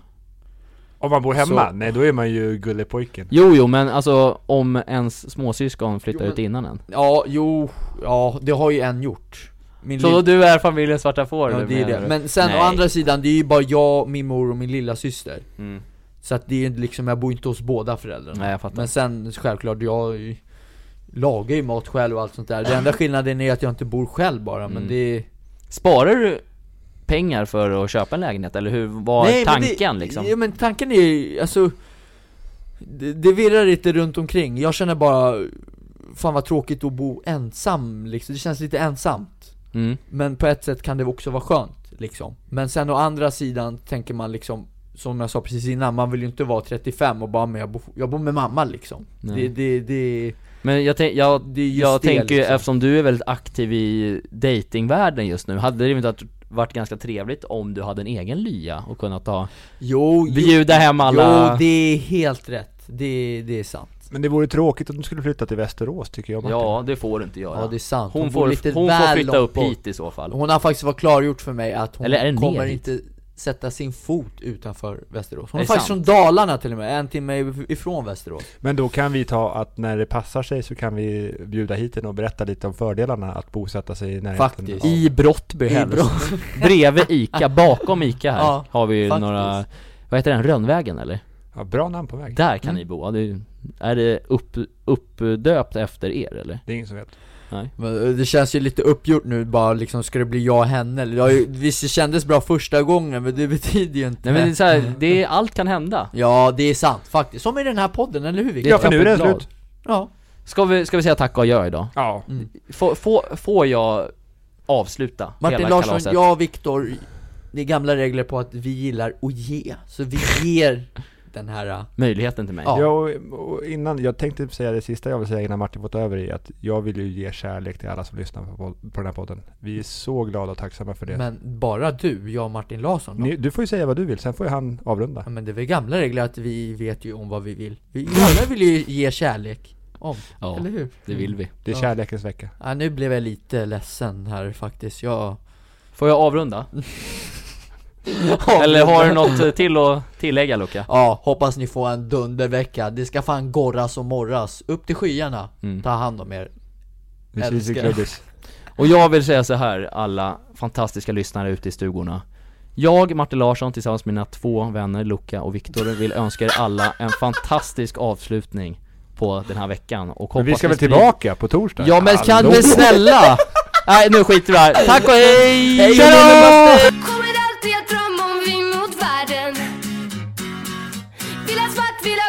Om man bor hemma? Så- Nej, då är man ju gullepojken. Jo, jo, men alltså om ens småsyskon flyttar Jo, men- ut innan en. Ja, jo, ja det har ju en gjort Min Så lill- då du är familjens svarta får? ja, du det är menar det. du? Men sen Nej. å andra sidan, det är ju bara jag, min mor och min lilla syster Mm. Så att det är ju liksom, jag bor inte hos båda föräldrarna Nej, jag fattar. Men sen självklart, jag är ju- lagar ju mat själv och allt sånt där Den enda skillnaden är att jag inte bor själv bara, men Mm. det är Sparar du pengar för att köpa en lägenhet, eller hur var men tanken det, liksom? Ja men tanken är ju, alltså det, det virrar lite runt omkring, jag känner bara Fan vad tråkigt att bo ensam liksom, det känns lite ensamt Mm. Men på ett sätt kan det också vara skönt liksom Men sen å andra sidan tänker man liksom Som jag sa precis innan, man vill ju inte vara 35 och bara med, jag bor, jag bor med mamma liksom Nej. det, det, det, Men jag, tänk, jag, Det är just jag det, tänker ju, liksom. eftersom du är väldigt aktiv i datingvärlden just nu, hade det inte varit- varit ganska trevligt om du hade en egen lya och kunnat ta, Jo, jo, bjuda hem alla... jo det är helt rätt, det, det är sant Men det vore tråkigt om du skulle flytta till Västerås tycker jag Martin. Ja, det får du inte göra. Ja, det är sant. Hon, Hon får, bor lite hon får väl flytta långt upp bort. hit i så fall. Hon har faktiskt varit klargjort för mig att hon Eller är det ner kommer dit? inte sätta sin fot utanför Västerås Hon Är är, det faktiskt sant? från Dalarna till och med, en timme ifrån Västerås Men då kan vi ta att när det passar sig så kan vi bjuda hit henne och berätta lite om fördelarna att bosätta sig i närheten Faktiskt. av- I Brottby helst. Bredvid ICA, bakom ICA här, Ja, har vi ju faktiskt. några, vad heter den, Rönnvägen eller? Ja, bra namn på väg. Där kan Mm. ni bo. Ja, Det, är- är det upp, uppdöpt efter er eller? Det är ingen som vet. Men, eh, Det känns ju lite uppgjort nu bara liksom, ska det bli jag och henne? Eller, det har ju- Visst det kändes bra första gången men det betyder ju inte Nej men det är så Mm. här, det är, allt kan hända. Ja det är sant faktiskt, som i den här podden, eller hur Victor? Ja, för nu är det trappuppblad. slut. Ja, Ska vi, ska vi säga tack och adjö idag? Ja. Får, får, får jag avsluta Martin hela Larsson, kalaset? jag och Viktor, det är gamla regler på att vi gillar att ge, så vi ger den här eh, Möjligheten till mig? Ja. ja och, och innan, jag tänkte säga det sista jag vill säga innan Martin fått över i att jag vill ju ge kärlek till alla som lyssnar på, på den här podden. Vi är så glada och tacksamma för det. Men bara du, jag och Martin Larsson då? Ni, du får ju säga vad du vill, sen får ju han avrunda. Ja men det är väl gamla regler att vi vet ju om vad vi vill Vi alla vill ju ge kärlek om, Ja, eller hur? det vill vi. Det är Ja. kärlekens vecka. Ja, nu blev jag lite ledsen här faktiskt, jag... Får jag avrunda? Eller har du något eh, till att tillägga Luca? Ja, hoppas ni får en dundervecka Det ska fan gorras och morras Upp till skyarna, Mm. ta hand om er Vi syns i Älskar. klubbis. Och jag vill säga så här, alla fantastiska lyssnare ute i stugorna. Jag, Martin Larsson, tillsammans med mina två vänner Luca och Viktor vill önska er alla en fantastisk avslutning på den här veckan och Men hoppas vi ska ni väl sprider- tillbaka på torsdag? Ja men kan Hallå. vi snälla? Nej nu skiter vi i det här, tack och hej! Hej då! Kommer alltid att drömma om vi mot världen Vill ha svart, vill ha Ah, Ah,